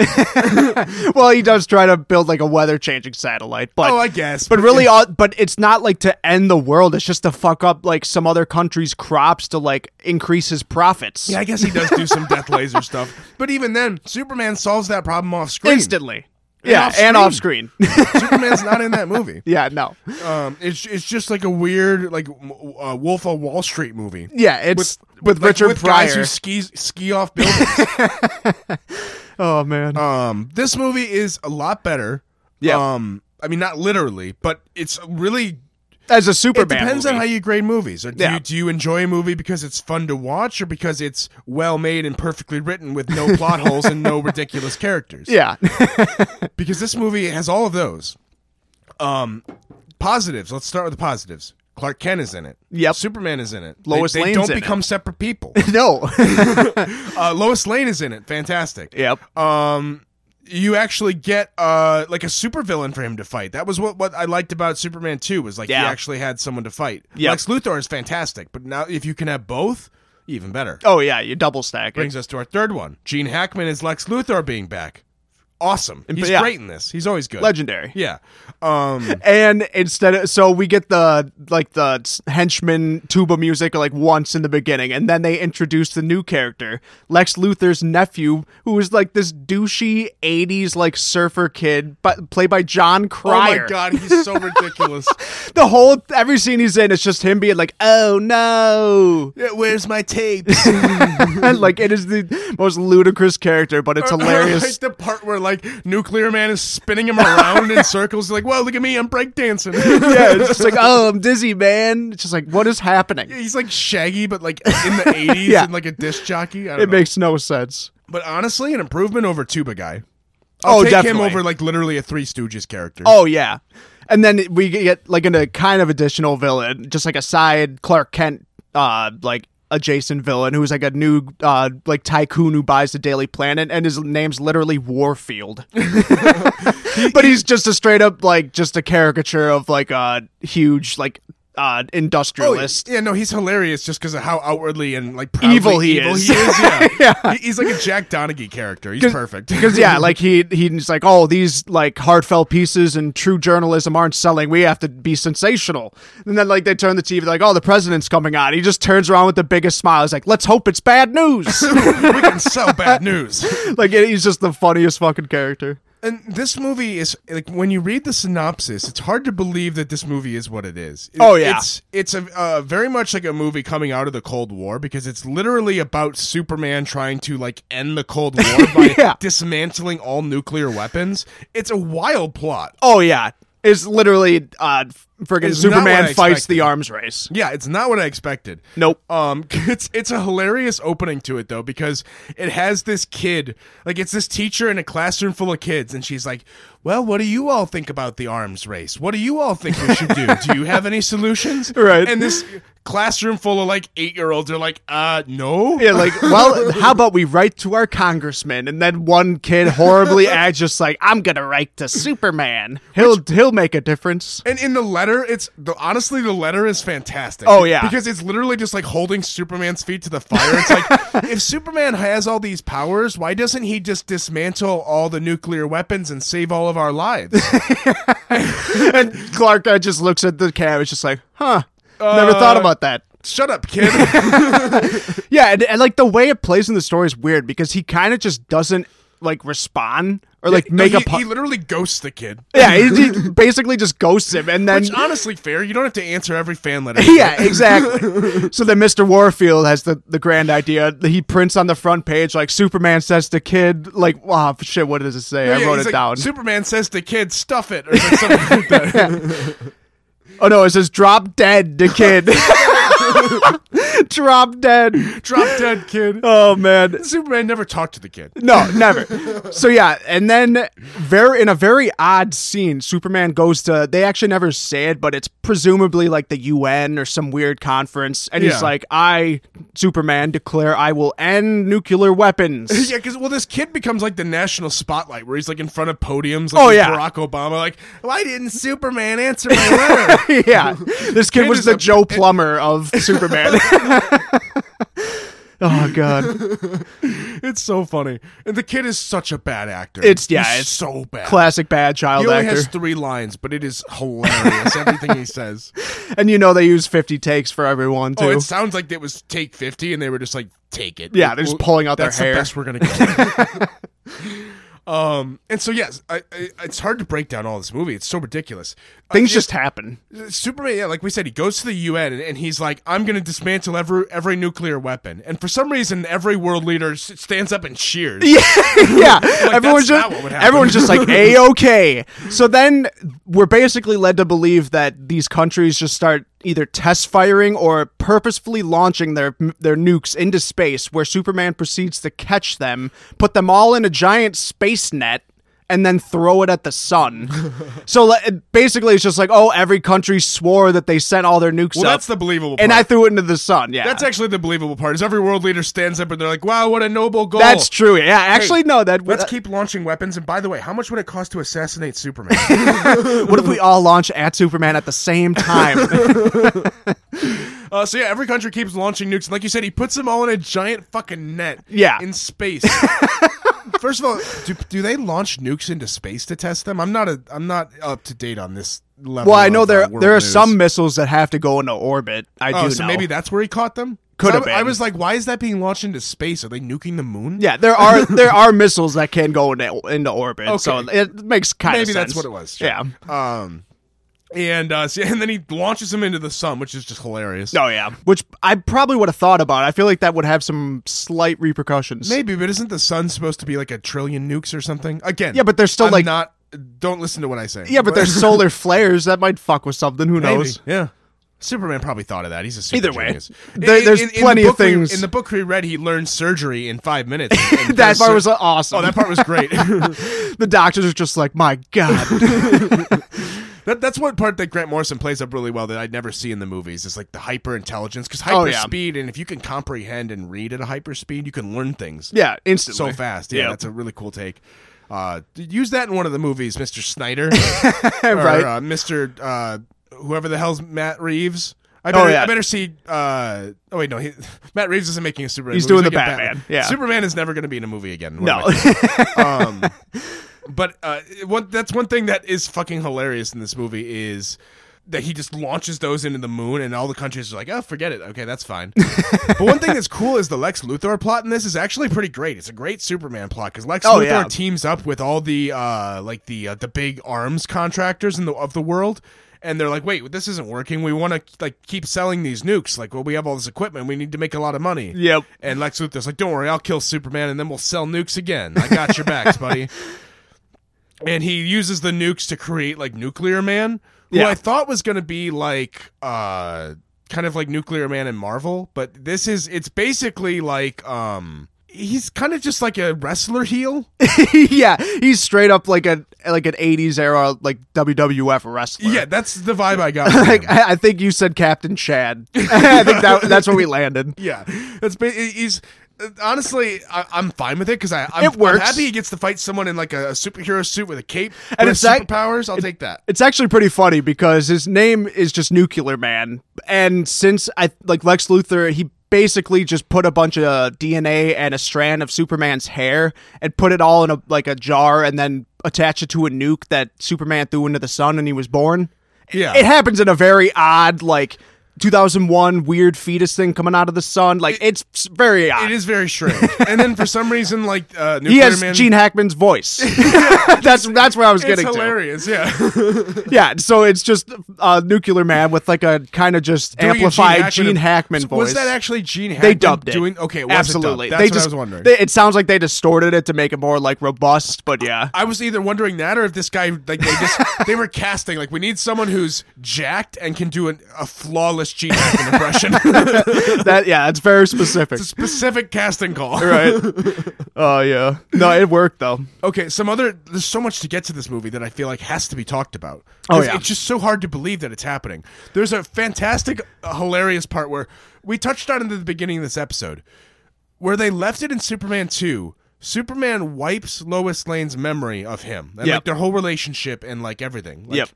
S2: Well, he does try to build like a weather changing satellite, but
S1: oh, I guess.
S2: but really all, but it's not like to end the world, it's just to fuck up like some other country's crops to like increase his profits.
S1: yeah, I guess he does do some death laser stuff. But even then, Superman solves that problem off screen.
S2: instantly. Yeah, and off screen.
S1: Superman's not in that movie.
S2: yeah, no.
S1: Um, it's it's just like a weird like m- uh, Wolf of Wall Street movie.
S2: Yeah, it's with,
S1: Like,
S2: Richard
S1: with guys
S2: Pryor.
S1: who ski ski off buildings.
S2: Oh man.
S1: Um, this movie is a lot better.
S2: Yeah.
S1: Um, I mean, not literally, but it's really
S2: As a
S1: it
S2: Superman.
S1: depends on
S2: movie.
S1: how you grade movies. Or do,
S2: Yeah.
S1: you, do you enjoy a movie because it's fun to watch, or because it's well made and perfectly written with no plot holes and no ridiculous characters?
S2: Yeah.
S1: Because this movie has all of those. Um, positives. Let's start with the positives. Clark Kent is in it.
S2: Yep.
S1: Superman is in it.
S2: Lois
S1: they, they
S2: Lane's
S1: don't
S2: in it.
S1: become separate people.
S2: no.
S1: Uh, Lois Lane is in it. Fantastic.
S2: yep.
S1: um you actually get uh like a supervillain for him to fight. That was what what I liked about Superman 2 was like he
S2: Yeah.
S1: actually had someone to fight.
S2: Yep.
S1: Lex Luthor is fantastic, but now if you can have both, even better.
S2: Oh yeah, you double stack. it.
S1: Brings us to our third one. Gene Hackman is Lex Luthor being back. Awesome. He's
S2: yeah.
S1: great in this. He's always good.
S2: Legendary.
S1: Yeah. Um
S2: And instead of so we get the like the s- henchman tuba music like once in the beginning, and then they introduce the new character, Lex Luthor's nephew, who is like this douchey '80s like surfer kid, but played by John
S1: Oh
S2: Cryer.
S1: my god, he's so ridiculous.
S2: The whole every scene he's in, it's just him being like, "Oh no!"
S1: Yeah, Where's my tapes?
S2: like it is the most ludicrous character, but it's hilarious.
S1: Oh like the part where like like Nuclear Man is spinning him around in circles. Like, well, look at me, I'm breakdancing.
S2: yeah, it's just like, oh, I'm dizzy, man. It's just like, what is happening?
S1: He's like Shaggy, but like in the eighties
S2: Yeah.
S1: and like a disc jockey. I don't
S2: It
S1: know.
S2: makes no sense.
S1: but honestly, an improvement over Tuba Guy. I'll
S2: Oh,
S1: take
S2: definitely.
S1: him over like literally a Three Stooges character.
S2: Oh yeah, and then we get like in a kind of additional villain, just like a side Clark Kent, uh, like adjacent villain who's like a new uh like tycoon who buys the Daily Planet, and his name's literally Warfield. but he's just a straight up like just a caricature of like a huge like uh
S1: Oh,
S2: industrialist.
S1: yeah, no, he's hilarious just because of how outwardly and like proudly
S2: Evil he is.
S1: Yeah,
S2: Yeah.
S1: He- he's like a Jack Donaghy character. He's perfect.
S2: Because yeah, like he he's like, oh, these like heartfelt pieces and true journalism aren't selling. We have to be sensational. And then like they turn the TV, they're like, oh, the president's coming on. He just turns around with the biggest smile. He's like, let's hope it's bad news.
S1: we can sell bad news.
S2: like he's just the funniest fucking character.
S1: And this movie is like when you read the synopsis, it's hard to believe that this movie is what it is. It-
S2: Oh, yeah.
S1: it's it's a uh, very much like a movie coming out of the Cold War because it's literally about Superman trying to like end the Cold War by
S2: Yeah.
S1: dismantling all nuclear weapons. It's a wild plot.
S2: Oh yeah, it's literally uh, friggin'
S1: It's not what
S2: Superman
S1: I
S2: fights
S1: expected.
S2: the arms race.
S1: Yeah, it's not what I expected.
S2: Nope.
S1: Um, it's it's a hilarious opening to it though because it has this kid, like it's this teacher in a classroom full of kids, and she's like, "Well, what do you all think about the arms race? What do you all think we should do? do you have any solutions?"
S2: Right.
S1: And this classroom full of like eight year olds are like, "Uh, no."
S2: Yeah, like, well, how about we write to our congressman, and then one kid horribly adds, just like, "I'm gonna write to Superman. He'll he'll make a difference."
S1: And in the letter, it's the, honestly the letter is fantastic.
S2: Oh, yeah.
S1: because it's literally just like holding Superman's feet to the fire. It's like if Superman has all these powers, why doesn't he just dismantle all the nuclear weapons and save all of our lives?
S2: And Clark Kent just looks at the cab. It's just like, huh. Never thought about that.
S1: Shut up, kid.
S2: Yeah, and, and like the way it plays in the story is weird because he kind of just doesn't like respond or like
S1: No,
S2: make
S1: he,
S2: a pu-
S1: he literally ghosts the kid.
S2: yeah, he, he basically just ghosts him, and then
S1: Which honestly, fair. You don't have to answer every fan letter.
S2: yeah, exactly. so then Mr. Warfield has the the grand idea. He prints on the front page like Superman says to kid, like, wow, shit, what does it say? I
S1: Yeah,
S2: wrote
S1: he's like,
S2: it down.
S1: Superman says to kid, "Stuff it," or like something like that.
S2: oh no, it says drop dead to kid. drop dead.
S1: Drop dead, kid.
S2: Oh man.
S1: Uh, Superman never talked to the kid.
S2: No, never. so yeah, and then very in a very odd scene, Superman goes to they actually never say it, but it's presumably like the UN or some weird conference, and
S1: Yeah.
S2: he's like, I Superman declare I will end nuclear weapons.
S1: Yeah, because well, this kid becomes like the national spotlight, where he's like in front of podiums, like
S2: Oh,
S1: with
S2: yeah.
S1: Barack Obama, like, why didn't Superman answer my letter?
S2: yeah. This kid was
S1: is
S2: the
S1: a-
S2: Joe Plumber of Superman. oh god.
S1: it's so funny, and the kid is such a bad actor.
S2: It's- yeah,
S1: He's
S2: it's
S1: so bad.
S2: Classic bad
S1: he
S2: child
S1: only
S2: actor.
S1: has three lines, but it is hilarious. everything he says.
S2: and you know they use 50 takes for everyone too.
S1: Oh, it sounds like it was take fifty, and they were just like, take it.
S2: Yeah, they're just pulling out their
S1: that's
S2: hair.
S1: The best we're gonna get. um, and so yes, I, I, it's hard to break down all this movie. It's so ridiculous. Uh,
S2: Things
S1: it-
S2: just happen.
S1: Superman, yeah, like we said, he goes to the UN and, and he's like, "I'm going to dismantle every every nuclear weapon." And for some reason, every world leader s- stands up and cheers.
S2: Yeah, yeah.
S1: that's
S2: everyone's just
S1: not what would happen.
S2: everyone's just like a okay. So then we're basically led to believe that these countries just start either test firing or purposefully launching their their nukes into space, where Superman proceeds to catch them, put them all in a giant space net. And then throw it at the sun. so like, basically, it's just like, oh, every country swore that they sent all their nukes
S1: Well,
S2: up,
S1: that's the believable.
S2: and
S1: part.
S2: I threw it into the sun. Yeah,
S1: that's actually the believable part. Is every world leader stands up and they're like, "Wow, what a noble goal!"
S2: that's true. Yeah, actually, no. That uh,
S1: Let's keep launching weapons. And by the way, how much would it cost to assassinate Superman?
S2: What if we all launch at Superman at the same time?
S1: uh, so yeah, every country keeps launching nukes. And like you said, he puts them all in a giant fucking net.
S2: Yeah.
S1: in space. First of all, do, do they launch nukes into space to test them? I'm not a I'm not up to date on this level.
S2: well, I know
S1: of, uh,
S2: there
S1: world
S2: there are
S1: news.
S2: some missiles that have to go into orbit. I
S1: Oh,
S2: do
S1: so
S2: know.
S1: maybe that's where he caught them.
S2: Could
S1: So
S2: have
S1: I, I
S2: been.
S1: was like, why is that being launched into space? Are they nuking the moon?
S2: yeah, there are there are missiles that can go into into orbit. So
S1: Okay.
S2: it makes kind of
S1: maybe
S2: sense.
S1: that's what it was. sure.
S2: Yeah.
S1: Um, and uh, see, and then he launches him into the sun, which is just hilarious.
S2: Oh yeah, which I probably would have thought about. I feel like that would have some slight repercussions.
S1: Maybe, but isn't the sun supposed to be like a trillion nukes or something? Again,
S2: Yeah, but they're still
S1: I'm
S2: like
S1: not. Don't listen to what I say.
S2: yeah, but there's solar flares that might fuck with something. Who
S1: Maybe,
S2: knows?
S1: Yeah. Superman probably thought of that. He's a super
S2: Either way,
S1: genius.
S2: there- there's
S1: the
S2: plenty of
S1: book we-
S2: things-
S1: in the book we read. He learned surgery in five minutes. and
S2: That
S1: does
S2: part
S1: sur-
S2: was awesome.
S1: Oh, that part was great.
S2: the doctors are just like, my god.
S1: that, that's one part that Grant Morrison plays up really well that I'd never see in the movies. Is like the hyper intelligence because
S2: Oh,
S1: hyper
S2: yeah.
S1: speed, and if you can comprehend and read at a hyper speed, you can learn things
S2: yeah, instantly.
S1: so fast. Yeah,
S2: Yeah.
S1: that's a really cool take. Uh, use that in one of the movies, Mister Snyder,
S2: Right.
S1: Or, uh, Mister uh, whoever the hell's Matt Reeves. I
S2: Oh,
S1: better,
S2: yeah.
S1: I better see. Uh, oh wait, no, he, Matt Reeves isn't making a Superman.
S2: He's
S1: movie,
S2: doing
S1: so
S2: the
S1: I get
S2: Batman. Yeah.
S1: Superman is never going to be in a movie again. What am I
S2: No.
S1: um, but uh, what that's one thing that is fucking hilarious in this movie is that he just launches those into the moon and all the countries are like oh forget it okay that's fine but one thing that's cool is the lex luthor plot in this is actually pretty great it's a great superman plot because lex
S2: Oh,
S1: luthor
S2: yeah.
S1: teams up with all the uh, like the uh, the big arms contractors in the of the world and they're like wait this isn't working we want to like keep selling these nukes like well we have all this equipment we need to make a lot of money
S2: Yep.
S1: and Lex Luthor's like, "Don't worry, I'll kill Superman, and then we'll sell nukes again. I got your backs, buddy." And he uses the nukes to create like Nuclear Man, who
S2: Yeah.
S1: I thought was going to be like uh, kind of like Nuclear Man in Marvel, but this is it's basically like um, he's kind of just like a wrestler heel.
S2: yeah, he's straight up like a like an '80s era like WWF wrestler.
S1: yeah, that's the vibe I got. from
S2: like
S1: him.
S2: I, I think you said Captain Chad. I think that, that's where we landed.
S1: Yeah, that's ba- he's honestly I, I'm fine with it because I I'm,
S2: It works.
S1: I'm happy he gets to fight someone in like a, a superhero suit with a cape
S2: And
S1: with
S2: it's that-
S1: superpowers. I'll take that.
S2: It's actually pretty funny because his name is just Nuclear Man, and since I like Lex Luthor, he basically just put a bunch of DNA and a strand of Superman's hair and put it all in a like a jar and then attach it to a nuke that Superman threw into the sun and he was born.
S1: Yeah.
S2: It happens in a very odd like 2001 weird fetus thing coming out of the sun. Like it's very
S1: It
S2: odd.
S1: is very strange. and then for some reason, like uh, Nuclear
S2: he has
S1: Man,
S2: Gene Hackman's voice. that's that's where I was
S1: it's
S2: getting to.
S1: hilarious. Yeah,
S2: Yeah, so it's just uh, Nuclear Man with like a kind of just
S1: Doing a
S2: amplified Gene, Hackman
S1: So
S2: voice.
S1: Was that actually Gene? Hackman
S2: they dubbed it.
S1: Doing okay, it was
S2: absolutely.
S1: A dub. That's what
S2: they just
S1: I was wondering.
S2: they- it sounds like they distorted it to make it more like robust, but yeah.
S1: I was either wondering that or if this guy like they just they were casting like we need someone who's jacked and can do an, a flawless Gene Hackman impression.
S2: that yeah, it's very specific.
S1: Specific casting call.
S2: right. Oh yeah. No, it worked though.
S1: Okay, some other. There's so much to get to this movie that I feel like has to be talked about.
S2: Oh,
S1: 'Cause
S2: yeah.
S1: it's just so hard to believe that it's happening. There's a fantastic, uh, hilarious part where we touched on it at the beginning of this episode, where they left it in Superman two. Superman wipes Lois Lane's memory of him and
S2: Yep.
S1: like their whole relationship and like everything. Like,
S2: Yep.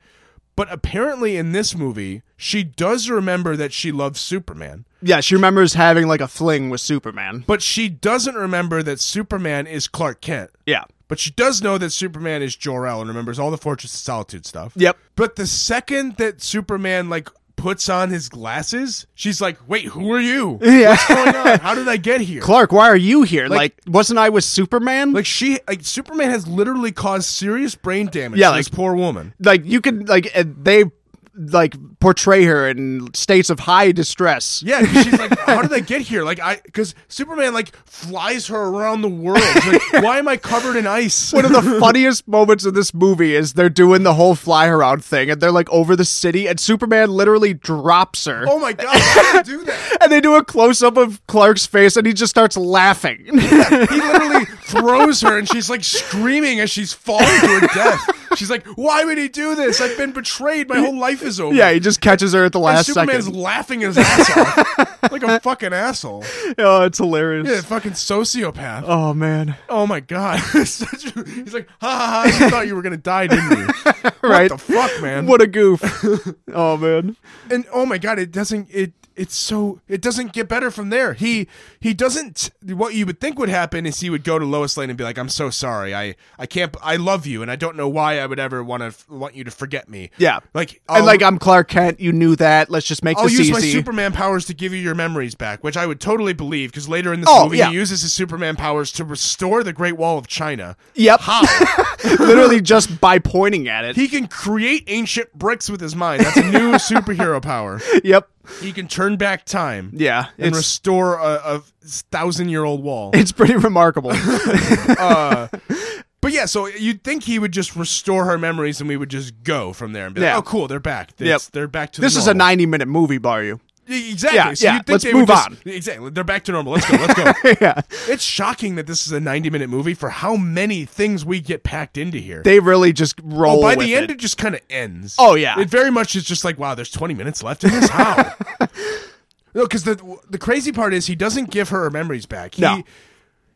S1: But apparently, in this movie, she does remember that she loves Superman.
S2: Yeah, she remembers having like a fling with Superman.
S1: But she doesn't remember that Superman is Clark Kent.
S2: Yeah.
S1: But she does know that Superman is Jor-El and remembers all the Fortress of Solitude stuff.
S2: Yep.
S1: But the second that Superman like puts on his glasses, she's like, "Wait, who are you?
S2: Yeah.
S1: What's going on? How did I get here?"
S2: Clark, why are you here? Like, wasn't I with Superman?
S1: like she like Superman has literally caused serious brain damage
S2: Yeah,
S1: to
S2: like-
S1: this poor woman.
S2: like you can like uh, they like portray her in states of high distress.
S1: Yeah, 'cause she's like, "How did I get here?" Like I cuz Superman like flies her around the world. She's Like, "Why am I covered in ice?"
S2: One of the funniest moments of this movie is they're doing the whole fly around thing and they're like over the city and Superman literally drops her.
S1: Oh my god, how did you do that?
S2: And they do a close up of Clark's face and he just starts laughing.
S1: He literally throws her, and she's like screaming as she's falling to her death. She's like, "Why would he do this? I've been betrayed. My whole life is over."
S2: yeah, he just catches her at the
S1: and
S2: last
S1: Superman's
S2: second.
S1: laughing his ass off like a fucking asshole,
S2: Oh, it's hilarious.
S1: yeah, fucking sociopath. Oh,
S2: Oh man.
S1: my god, Such a- he's like, "Ha ha ha! You thought you were gonna die, didn't you?" What
S2: right.
S1: the fuck, man?
S2: What a goof. oh man.
S1: and oh my god it doesn't it it's so it doesn't get better from there he he doesn't what you would think would happen is he would go to lois lane and be like i'm so sorry i i can't i love you and i don't know why i would ever want to want you to forget me
S2: Yeah.
S1: like
S2: And,
S1: i'll
S2: like, like I'm Clark Kent. You knew that. Let's just make
S1: Um, I'll
S2: this
S1: use my
S2: easy.
S1: Superman powers to give you your memories back, which I would totally believe because later in this
S2: Oh,
S1: movie
S2: yeah.
S1: he uses his Superman powers to restore the Great Wall of China.
S2: Yep.
S1: How?
S2: Literally just by pointing at it.
S1: he can create ancient bricks with his mind. That's a new superhero power.
S2: yep.
S1: He can turn back time.
S2: Yeah.
S1: And
S2: It's
S1: restore a, a thousand year old wall.
S2: it's pretty remarkable.
S1: Uh, but yeah, so you'd think he would just restore her memories and we would just go from there and be like,
S2: Yeah.
S1: oh, cool, they're back. It's,
S2: Yep.
S1: They're back to
S2: this
S1: the
S2: is a
S1: normal." E-,
S2: 90 minute movie, bar you.
S1: Exactly.
S2: Yeah,
S1: so
S2: yeah,
S1: You'd think
S2: let's
S1: they would
S2: move
S1: just-
S2: on.
S1: Exactly. They're back to normal. Let's go. Let's go.
S2: yeah.
S1: it's shocking that this is a 90 minute movie for how many things we get packed into here.
S2: They really just roll
S1: Oh, by
S2: with
S1: the
S2: it.
S1: end, it, just kind of ends.
S2: Oh, yeah.
S1: it very much is just like, wow, there's 20 minutes left in this. How? no, because the the crazy part is he doesn't give her her memories back. He,
S2: No.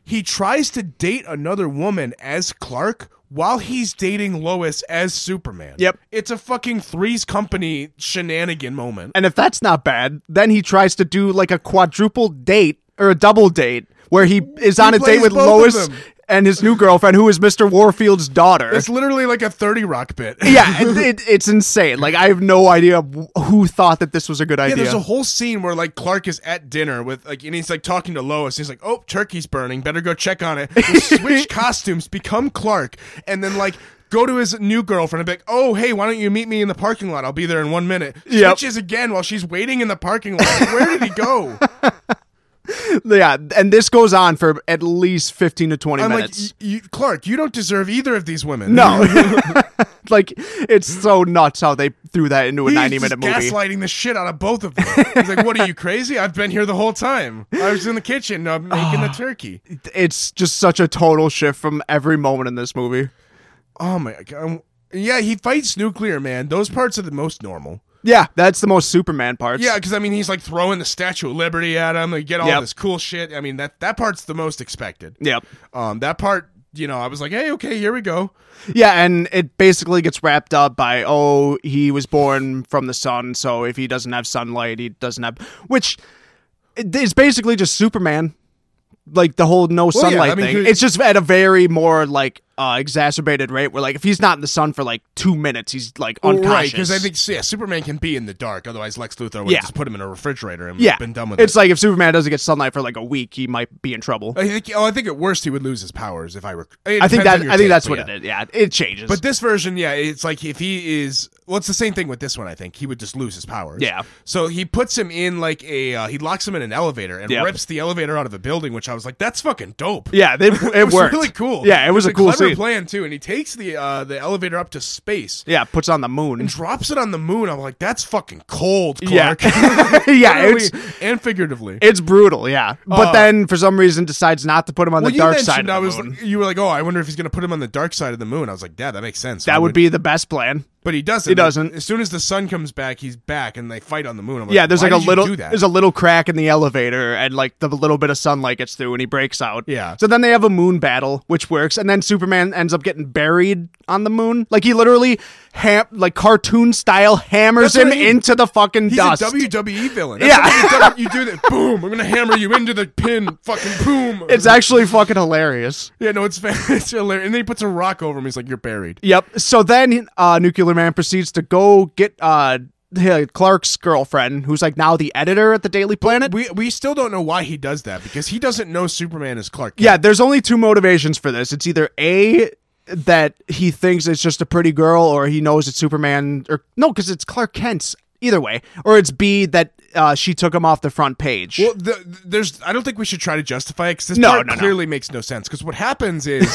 S1: he tries to date another woman as Clark while he's dating Lois as Superman.
S2: Yep.
S1: it's a fucking Three's Company shenanigan moment.
S2: And if that's not bad, then he tries to do like a quadruple date or a double date where he is on a date
S1: plays
S2: with
S1: both of
S2: Lois
S1: them.
S2: and his new girlfriend, who is Mr. Warfield's daughter.
S1: It's literally like a Thirty Rock bit.
S2: yeah, it, it, it's insane. Like I have no idea w- who thought that this was a good
S1: Yeah,
S2: idea.
S1: there's a whole scene where like Clark is at dinner with like, and he's like talking to Lois. He's like, "Oh, turkey's burning. Better go check on it." They switch costumes, become Clark, and then like go to his new girlfriend and be like, "Oh, hey, why don't you meet me in the parking lot? I'll be there in one minute."
S2: Yep.
S1: Switches again while she's waiting in the parking lot. Like, Where did he go?
S2: yeah, and this goes on for at least fifteen to 20
S1: I'm like,
S2: minutes.
S1: "Y- you, "Clark, you don't deserve either of these women."
S2: no, like it's so nuts how they threw that into a
S1: He's
S2: ninety-minute
S1: just
S2: movie.
S1: gaslighting the shit out of both of them. He's like, "What are you crazy? I've been here the whole time. I was in the kitchen uh, making the turkey."
S2: it's just such a total shift from every moment in this movie.
S1: Oh my god. Um, Yeah, he fights nuclear man. Those parts are the most normal.
S2: Yeah, that's the most Superman part.
S1: Yeah, because I mean, he's like throwing the Statue of Liberty at him. They get all
S2: Yep.
S1: this cool shit. I mean, that that part's the most expected.
S2: Yep.
S1: Um, that part, you know, I was like, hey, okay, here we go.
S2: Yeah, and it basically gets wrapped up by oh, he was born from the sun, so if he doesn't have sunlight, he doesn't have which is basically just Superman. Like the whole no
S1: yeah, I
S2: sunlight
S1: mean,
S2: thing.
S1: who-
S2: It's just at a very more like uh exacerbated rate where like if he's not in the sun for like 2 minutes, he's like unconscious.
S1: Right, because I think yeah, Superman can be in the dark. Otherwise, Lex Luthor would
S2: Yeah.
S1: just put him in a refrigerator and
S2: yeah,
S1: been done with
S2: it's
S1: it.
S2: like if Superman doesn't get sunlight for like a week, he might be in trouble.
S1: I think. Oh, I think at worst he would lose his powers if I were.
S2: I think that I think that's what it is. Yeah, it changes.
S1: But this version, yeah, it's like if he is. Well, it's the same thing with this one. I think he would just lose his powers.
S2: Yeah.
S1: So he puts him in like a. Uh, he locks him in an elevator and
S2: Yep.
S1: rips the elevator out of a building, which I was like, that's fucking dope.
S2: yeah, they, it,
S1: It was
S2: worked.
S1: really cool.
S2: Yeah, it was a cool
S1: clever
S2: scene.
S1: plan too. And he takes the uh, the elevator up to space,
S2: yeah, puts on the moon.
S1: drops it on the moon. I'm like, that's fucking cold,
S2: Yeah.
S1: Clark.
S2: yeah,
S1: Literally
S2: it's
S1: and figuratively.
S2: it's brutal, yeah. But
S1: Uh,
S2: then for some reason decides not to put him on
S1: Well,
S2: the
S1: you
S2: dark
S1: mentioned
S2: side of the
S1: I was
S2: moon.
S1: like, you were like, oh, I wonder if he's going to put him on the dark side of the moon. I was like, yeah, that makes sense. Why
S2: that would be the best plan.
S1: But he doesn't.
S2: He doesn't.
S1: As soon as the sun comes back, he's back, and they fight on the moon. I'm like,
S2: Yeah, there's
S1: "Why
S2: like a
S1: did you
S2: little
S1: do that?"
S2: there's a little crack in the elevator and like the little bit of sunlight gets through and he breaks out.
S1: Yeah.
S2: So then they have a moon battle, which works, and then Superman ends up getting buried on the moon. Like he literally ham- like cartoon style hammers
S1: That's what
S2: him
S1: I mean.
S2: into the fucking
S1: He's
S2: dust.
S1: a WWE villain.
S2: Yeah.
S1: yeah, you E do that. Boom! I'm gonna hammer you into the pin. Fucking boom!
S2: it's actually fucking hilarious.
S1: yeah, no, it's fan- it's hilarious. And then he puts a rock over him. He's like, "You're buried."
S2: Yep. So then uh, Nuclear Man proceeds to go get uh, hi- Clark's girlfriend, who's like now the editor at the Daily Planet.
S1: We we still don't know why he does that because he doesn't know Superman is Clark. Kent.
S2: Yeah, there's only two motivations for this. It's either A, that he thinks it's just a pretty girl, or he knows it's Superman, or no, because it's Clark Kent's. Either way. Or it's B, that uh, she took him off the front page.
S1: Well, the, there's. I don't think we should try to justify it because this
S2: No,
S1: part
S2: no, no.
S1: clearly makes no sense. Because what happens is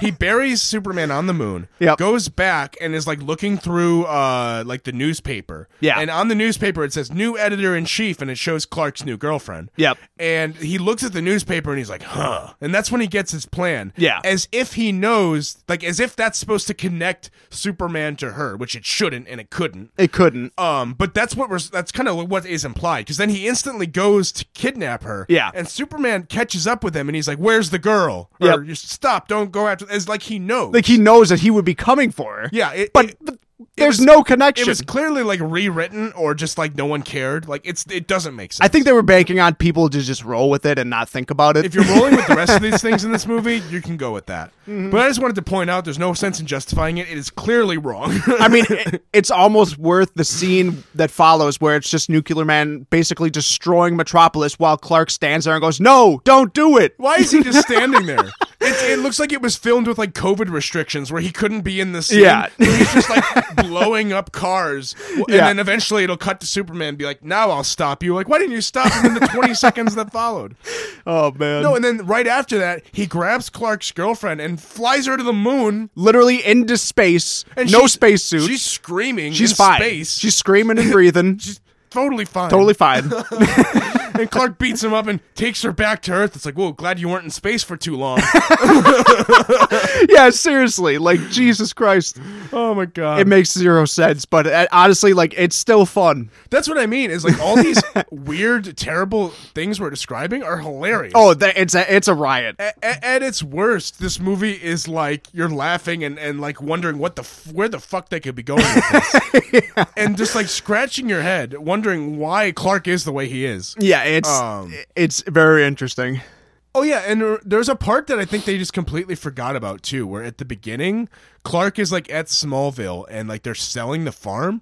S1: he buries Superman on the moon,
S2: Yep.
S1: goes back and is like looking through uh like the newspaper.
S2: Yeah.
S1: and on the newspaper it says new editor in chief, and it shows Clark's new girlfriend.
S2: Yep.
S1: And he looks at the newspaper and he's like, huh. And that's when he gets his plan.
S2: Yeah.
S1: As if he knows, like, as if that's supposed to connect Superman to her, which it shouldn't and it couldn't.
S2: it couldn't.
S1: Um, but that's what we're that's kind of what is implied because then he instantly goes to kidnap her.
S2: Yeah.
S1: and Superman catches up with him and he's like, "Where's the girl?
S2: Yep.
S1: Or, "You stop! Don't go after." It's like he knows.
S2: Like, he knows that he would be coming for her.
S1: yeah, it,
S2: But,
S1: it-
S2: but There's no connection.
S1: It was clearly like rewritten or just like no one cared. Like it's it doesn't make sense.
S2: I think they were banking on people to just roll with it and not think about it.
S1: if you're rolling with the rest of these things in this movie, you can go with that.
S2: Mm-hmm.
S1: But I just wanted to point out there's no sense in justifying it. It is clearly wrong.
S2: I mean, it, it's almost worth the scene that follows where it's just Nuclear Man basically destroying Metropolis while Clark stands there and goes, "No, don't do it."
S1: Why is he just standing there? It, it looks like it was filmed with like COVID restrictions where he couldn't be in the scene.
S2: Yeah.
S1: So he's just like blowing up cars, and
S2: Yeah.
S1: then eventually it'll cut to Superman and be like, "Now I'll stop you." Like, why didn't you stop him in the 20 seconds that followed?
S2: Oh man.
S1: No, and then right after that, he grabs Clark's girlfriend and flies her to the moon.
S2: literally into space,
S1: And
S2: no
S1: she's-
S2: spacesuit.
S1: She's screaming.
S2: She's
S1: in
S2: fine.
S1: Space.
S2: She's screaming and breathing.
S1: She's totally fine.
S2: totally fine.
S1: And Clark beats him up and takes her back to Earth. It's like, whoa, glad you weren't in space for too long.
S2: yeah, seriously. Like Jesus Christ.
S1: oh my god.
S2: It makes zero sense, but uh, honestly, like it's still fun.
S1: That's what I mean. Is like all these weird, terrible things we're describing are hilarious.
S2: Oh, th- it's a it's a riot.
S1: A- a- at its worst, this movie is like you're laughing and, and like wondering what the f- where the fuck they could be going with this, and just like scratching your head, wondering why Clark is the way he is.
S2: Yeah, it's
S1: Um.
S2: it's very interesting.
S1: Oh yeah, and there- there's a part that I think they just completely forgot about too, where at the beginning Clark is like at Smallville and like they're selling the farm,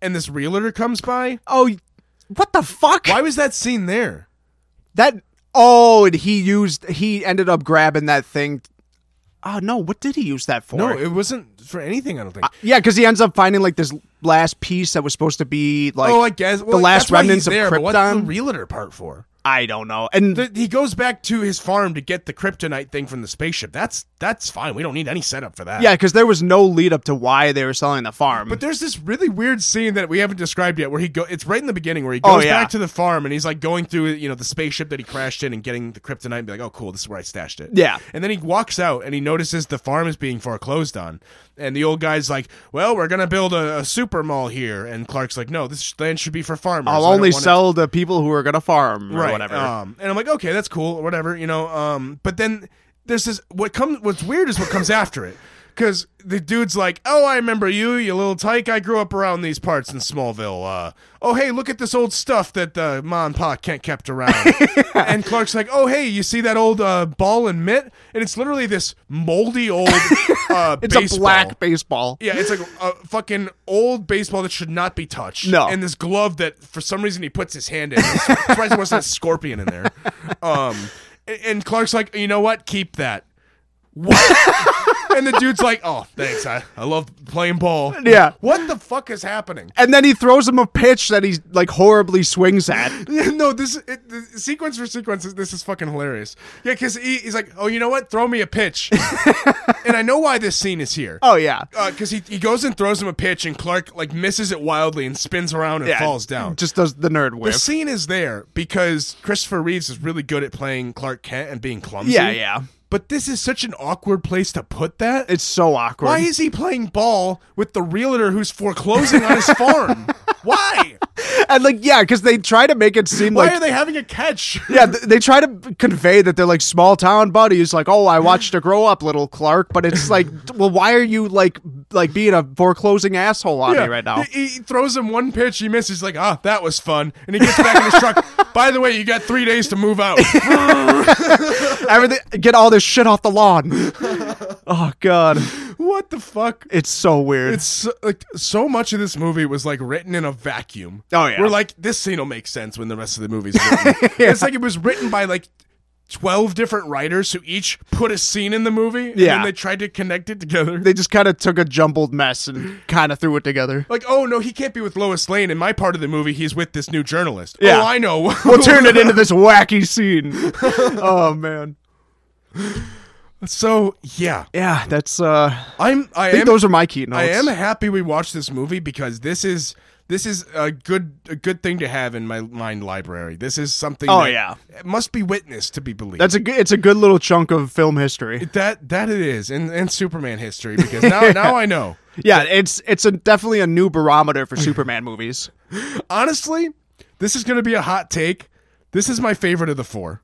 S1: and this realtor comes by.
S2: Oh, what the fuck?
S1: Why was that scene there?
S2: That oh, and he used he ended up grabbing that thing. Oh no, what did he use that for?
S1: No, it wasn't for anything. I don't think.
S2: yeah, because he ends up finding like this last piece that was supposed to be like
S1: oh, I guess Well,
S2: the
S1: that's
S2: last
S1: why he's
S2: remnants of
S1: there, but What's
S2: Krypton.
S1: the realtor part for?
S2: I don't know, and
S1: Th- He goes back to his farm to get the kryptonite thing from the spaceship. That's that's fine. We don't need any setup for that.
S2: Yeah, because there was no lead up to why they were selling the farm.
S1: But there's this really weird scene that we haven't described yet, where he go. It's right in the beginning where he
S2: Oh,
S1: goes
S2: yeah.
S1: back to the farm and he's like going through, you know, the spaceship that he crashed in and getting the kryptonite and be like, oh, cool, this is where I stashed it.
S2: Yeah.
S1: And then he walks out and he notices the farm is being foreclosed on, and the old guy's like, well, we're gonna build a, a super mall here, and Clark's like, no, this land should be for farmers.
S2: I'll
S1: I don't
S2: only
S1: wanna-
S2: sell to people who are gonna farm or whatever.
S1: Um, and I'm like, okay, that's cool, whatever, you know. Um, but then there's this what comes. What's weird is what comes after it, because the dude's like, oh, I remember you, you little tyke. I grew up around these parts in Smallville. Uh, oh, hey, look at this old stuff that uh, Ma and Pa Kent kept around. and Clark's like, oh, hey, you see that old uh, ball and mitt? And it's literally this moldy old. Uh,
S2: it's
S1: baseball.
S2: a black baseball.
S1: Yeah, it's like a fucking old baseball that should not be touched.
S2: No.
S1: And this glove that for some reason he puts his hand in. I'm surprised there wasn't a scorpion in there. Um, and, and Clark's like, you know what? Keep that. What? and the dude's like, oh, thanks. I, I love playing ball.
S2: Yeah.
S1: What the fuck is happening?
S2: And then he throws him a pitch that he like horribly swings at.
S1: no, this it, the sequence for sequence. This is fucking hilarious. Yeah, because he, he's like, oh, you know what? Throw me a pitch. and I know why this scene is here.
S2: Oh yeah.
S1: because Uh, he, he goes and throws him a pitch, and Clark like misses it wildly and spins around and
S2: Yeah,
S1: falls down.
S2: Just does the nerd
S1: the
S2: whip.
S1: scene is there because Christopher Reeves is really good at playing Clark Kent and being clumsy.
S2: Yeah, yeah.
S1: But this is such an awkward place to put that.
S2: It's so awkward.
S1: Why is he playing ball with the realtor who's foreclosing on his farm? Why?
S2: and like yeah, because they try to make it seem
S1: Why
S2: like
S1: are they having a catch?
S2: yeah, th- they try to convey that they're like small town buddies. Like, oh, I watched her grow up, little Clark. But it's like, well, why are you like like being a foreclosing asshole on me right now?
S1: He, he throws him one pitch, he misses. He's like, ah, that was fun. And he gets back in his truck. By the way, you got three days to move out.
S2: Everything, get all this shit off the lawn. oh god,
S1: what the fuck?
S2: it's so weird.
S1: it's so, like so much of this movie was like written in a vacuum.
S2: Oh, yeah.
S1: we're like this scene will make sense when the rest of the movie's written. It's like it was written by like twelve different writers who each put a scene in the movie. and
S2: Yeah.
S1: then they tried to connect it together.
S2: they just kind of took a jumbled mess and kind of threw it together.
S1: like, oh no, he can't be with Lois Lane. In my part of the movie, he's with this new journalist.
S2: Yeah.
S1: Oh, I know.
S2: We'll turn it into this wacky scene. oh man,
S1: so yeah,
S2: yeah, that's. uh
S1: I'm. I
S2: I think
S1: am.
S2: those are my keynotes.
S1: I am happy we watched this movie because this is this is a good a good thing to have in my mind library. This is something.
S2: Oh,
S1: that
S2: yeah.
S1: must be witnessed to be believed.
S2: That's a good. It's a good little chunk of film history.
S1: That that it is, and and Superman history because now now I know.
S2: Yeah, it's it's a definitely a new barometer for Superman movies.
S1: Honestly, this is going to be a hot take. This is my favorite of the four.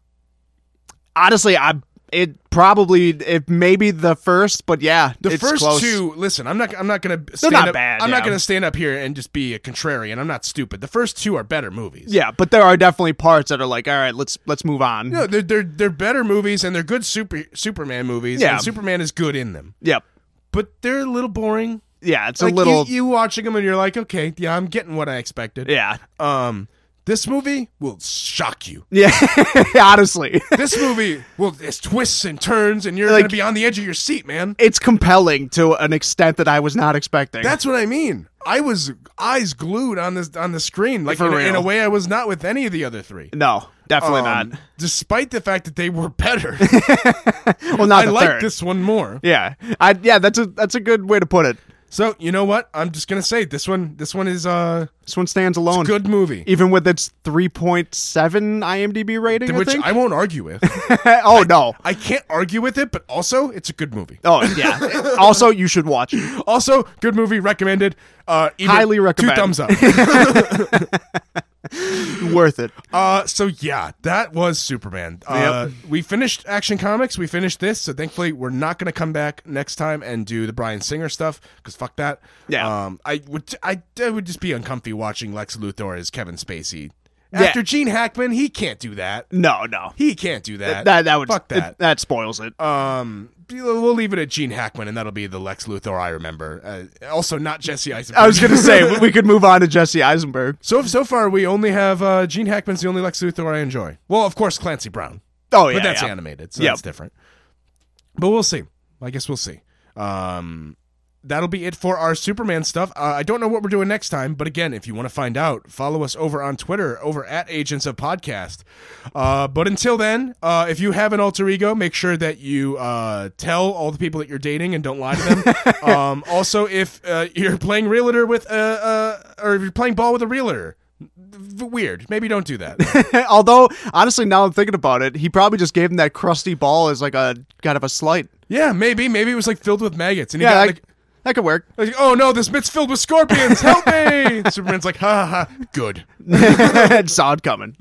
S2: Honestly, I It probably it may be the first, but yeah,
S1: The
S2: it's
S1: first
S2: close.
S1: two, listen, I'm not, I'm not gonna. Stand
S2: not
S1: up,
S2: bad,
S1: I'm not
S2: yeah.
S1: gonna stand up here and just be a contrarian. I'm not stupid. The first two are better movies.
S2: Yeah, but there are definitely parts that are like, all right, let's let's move on.
S1: No, they're they're they're better movies and they're good super Superman movies.
S2: Yeah.
S1: and Superman is good in them,
S2: Yep.
S1: but they're a little boring.
S2: Yeah, it's
S1: Like,
S2: a little.
S1: you, you watching them and you're like, okay, yeah, I'm getting what I expected.
S2: yeah.
S1: Um, this movie will shock you.
S2: Yeah. Honestly,
S1: This movie will it's twists and turns, and you're
S2: Like-
S1: gonna be on the edge of your seat, man.
S2: it's compelling to an extent that I was not expecting.
S1: That's what I mean. I was eyes glued on this on the screen, like
S2: For
S1: in, a- in a
S2: real.
S1: way I was not with any of the other three.
S2: no, definitely
S1: Um, Despite the fact that they were better,
S2: not. Well, not
S1: I
S2: the
S1: like
S2: third.
S1: this one more.
S2: Yeah, I yeah, that's a that's a good way to put it.
S1: So you know what? I'm just gonna say this one. This one is uh,
S2: This one stands alone,
S1: good movie,
S2: even with its three point seven IMDb rating.
S1: which
S2: I think.
S1: I won't argue with.
S2: oh no.
S1: I can't argue with it, but also it's a good movie.
S2: Oh yeah. also, you should watch. it.
S1: Also, good movie recommended. Uh, even
S2: Highly recommend.
S1: Two thumbs up.
S2: Worth it.
S1: uh, so yeah, that was Superman. Uh, We finished Action Comics. We finished this. So thankfully, we're not gonna come back next time and do the Brian Singer stuff because fuck that.
S2: Yeah.
S1: Um, I would. I, I would just be uncomfy watching Lex Luthor as Kevin Spacey.
S2: Yeah.
S1: After Gene Hackman, he can't do that.
S2: No, no.
S1: He can't do that.
S2: That that would
S1: fuck that.
S2: it- that spoils it.
S1: Um, we'll leave it at Gene Hackman, and that'll be the Lex Luthor I remember. Uh, also, not Jesse Eisenberg.
S2: I was gonna say we could move on to Jesse Eisenberg.
S1: so so far we only have uh, Gene Hackman's the only Lex Luthor I enjoy. Well, of course Clancy Brown,
S2: Oh yeah,
S1: but that's
S2: yeah.
S1: animated, so
S2: Yep.
S1: that's different. But we'll see. I guess we'll see. Um, that'll be it for our Superman stuff. Uh, I don't know what we're doing next time, but again, if you want to find out, follow us over on Twitter, over at Agents of Podcast. Uh, but until then, uh, if you have an alter ego, make sure that you uh, tell all the people that you're dating and don't lie to them. um, also, if uh, you're playing realtor with uh, uh, or if you're playing ball with a realtor, v- weird. Maybe don't do that.
S2: Although honestly, now I'm thinking about it, he probably just gave him that crusty ball as like a kind of a slight.
S1: yeah, maybe maybe it was like filled with maggots, and he
S2: Yeah,
S1: got
S2: that,
S1: like
S2: that could work.
S1: Like, oh no, this mitt's filled with scorpions. Help me! Superman's like, ha ha, ha, good.
S2: Saw it coming.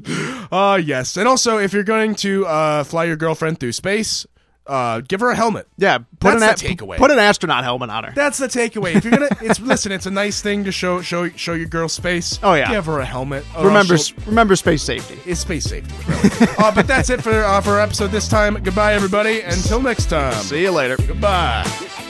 S1: Ah, yes. And also, if you're going to uh, fly your girlfriend through space, uh, give her a helmet.
S2: Yeah, put
S1: That's
S2: an
S1: the takeaway.
S2: put an astronaut helmet on her.
S1: That's the takeaway. If you're gonna, it's listen. It's a nice thing to show show show your girl space.
S2: Oh, yeah.
S1: give her a helmet. or
S2: remember,
S1: else she'll-
S2: remember space safety.
S1: it's space safety. really. uh, but that's it for uh, for our episode this time. Goodbye, everybody. Until next time.
S2: See you later.
S1: Goodbye.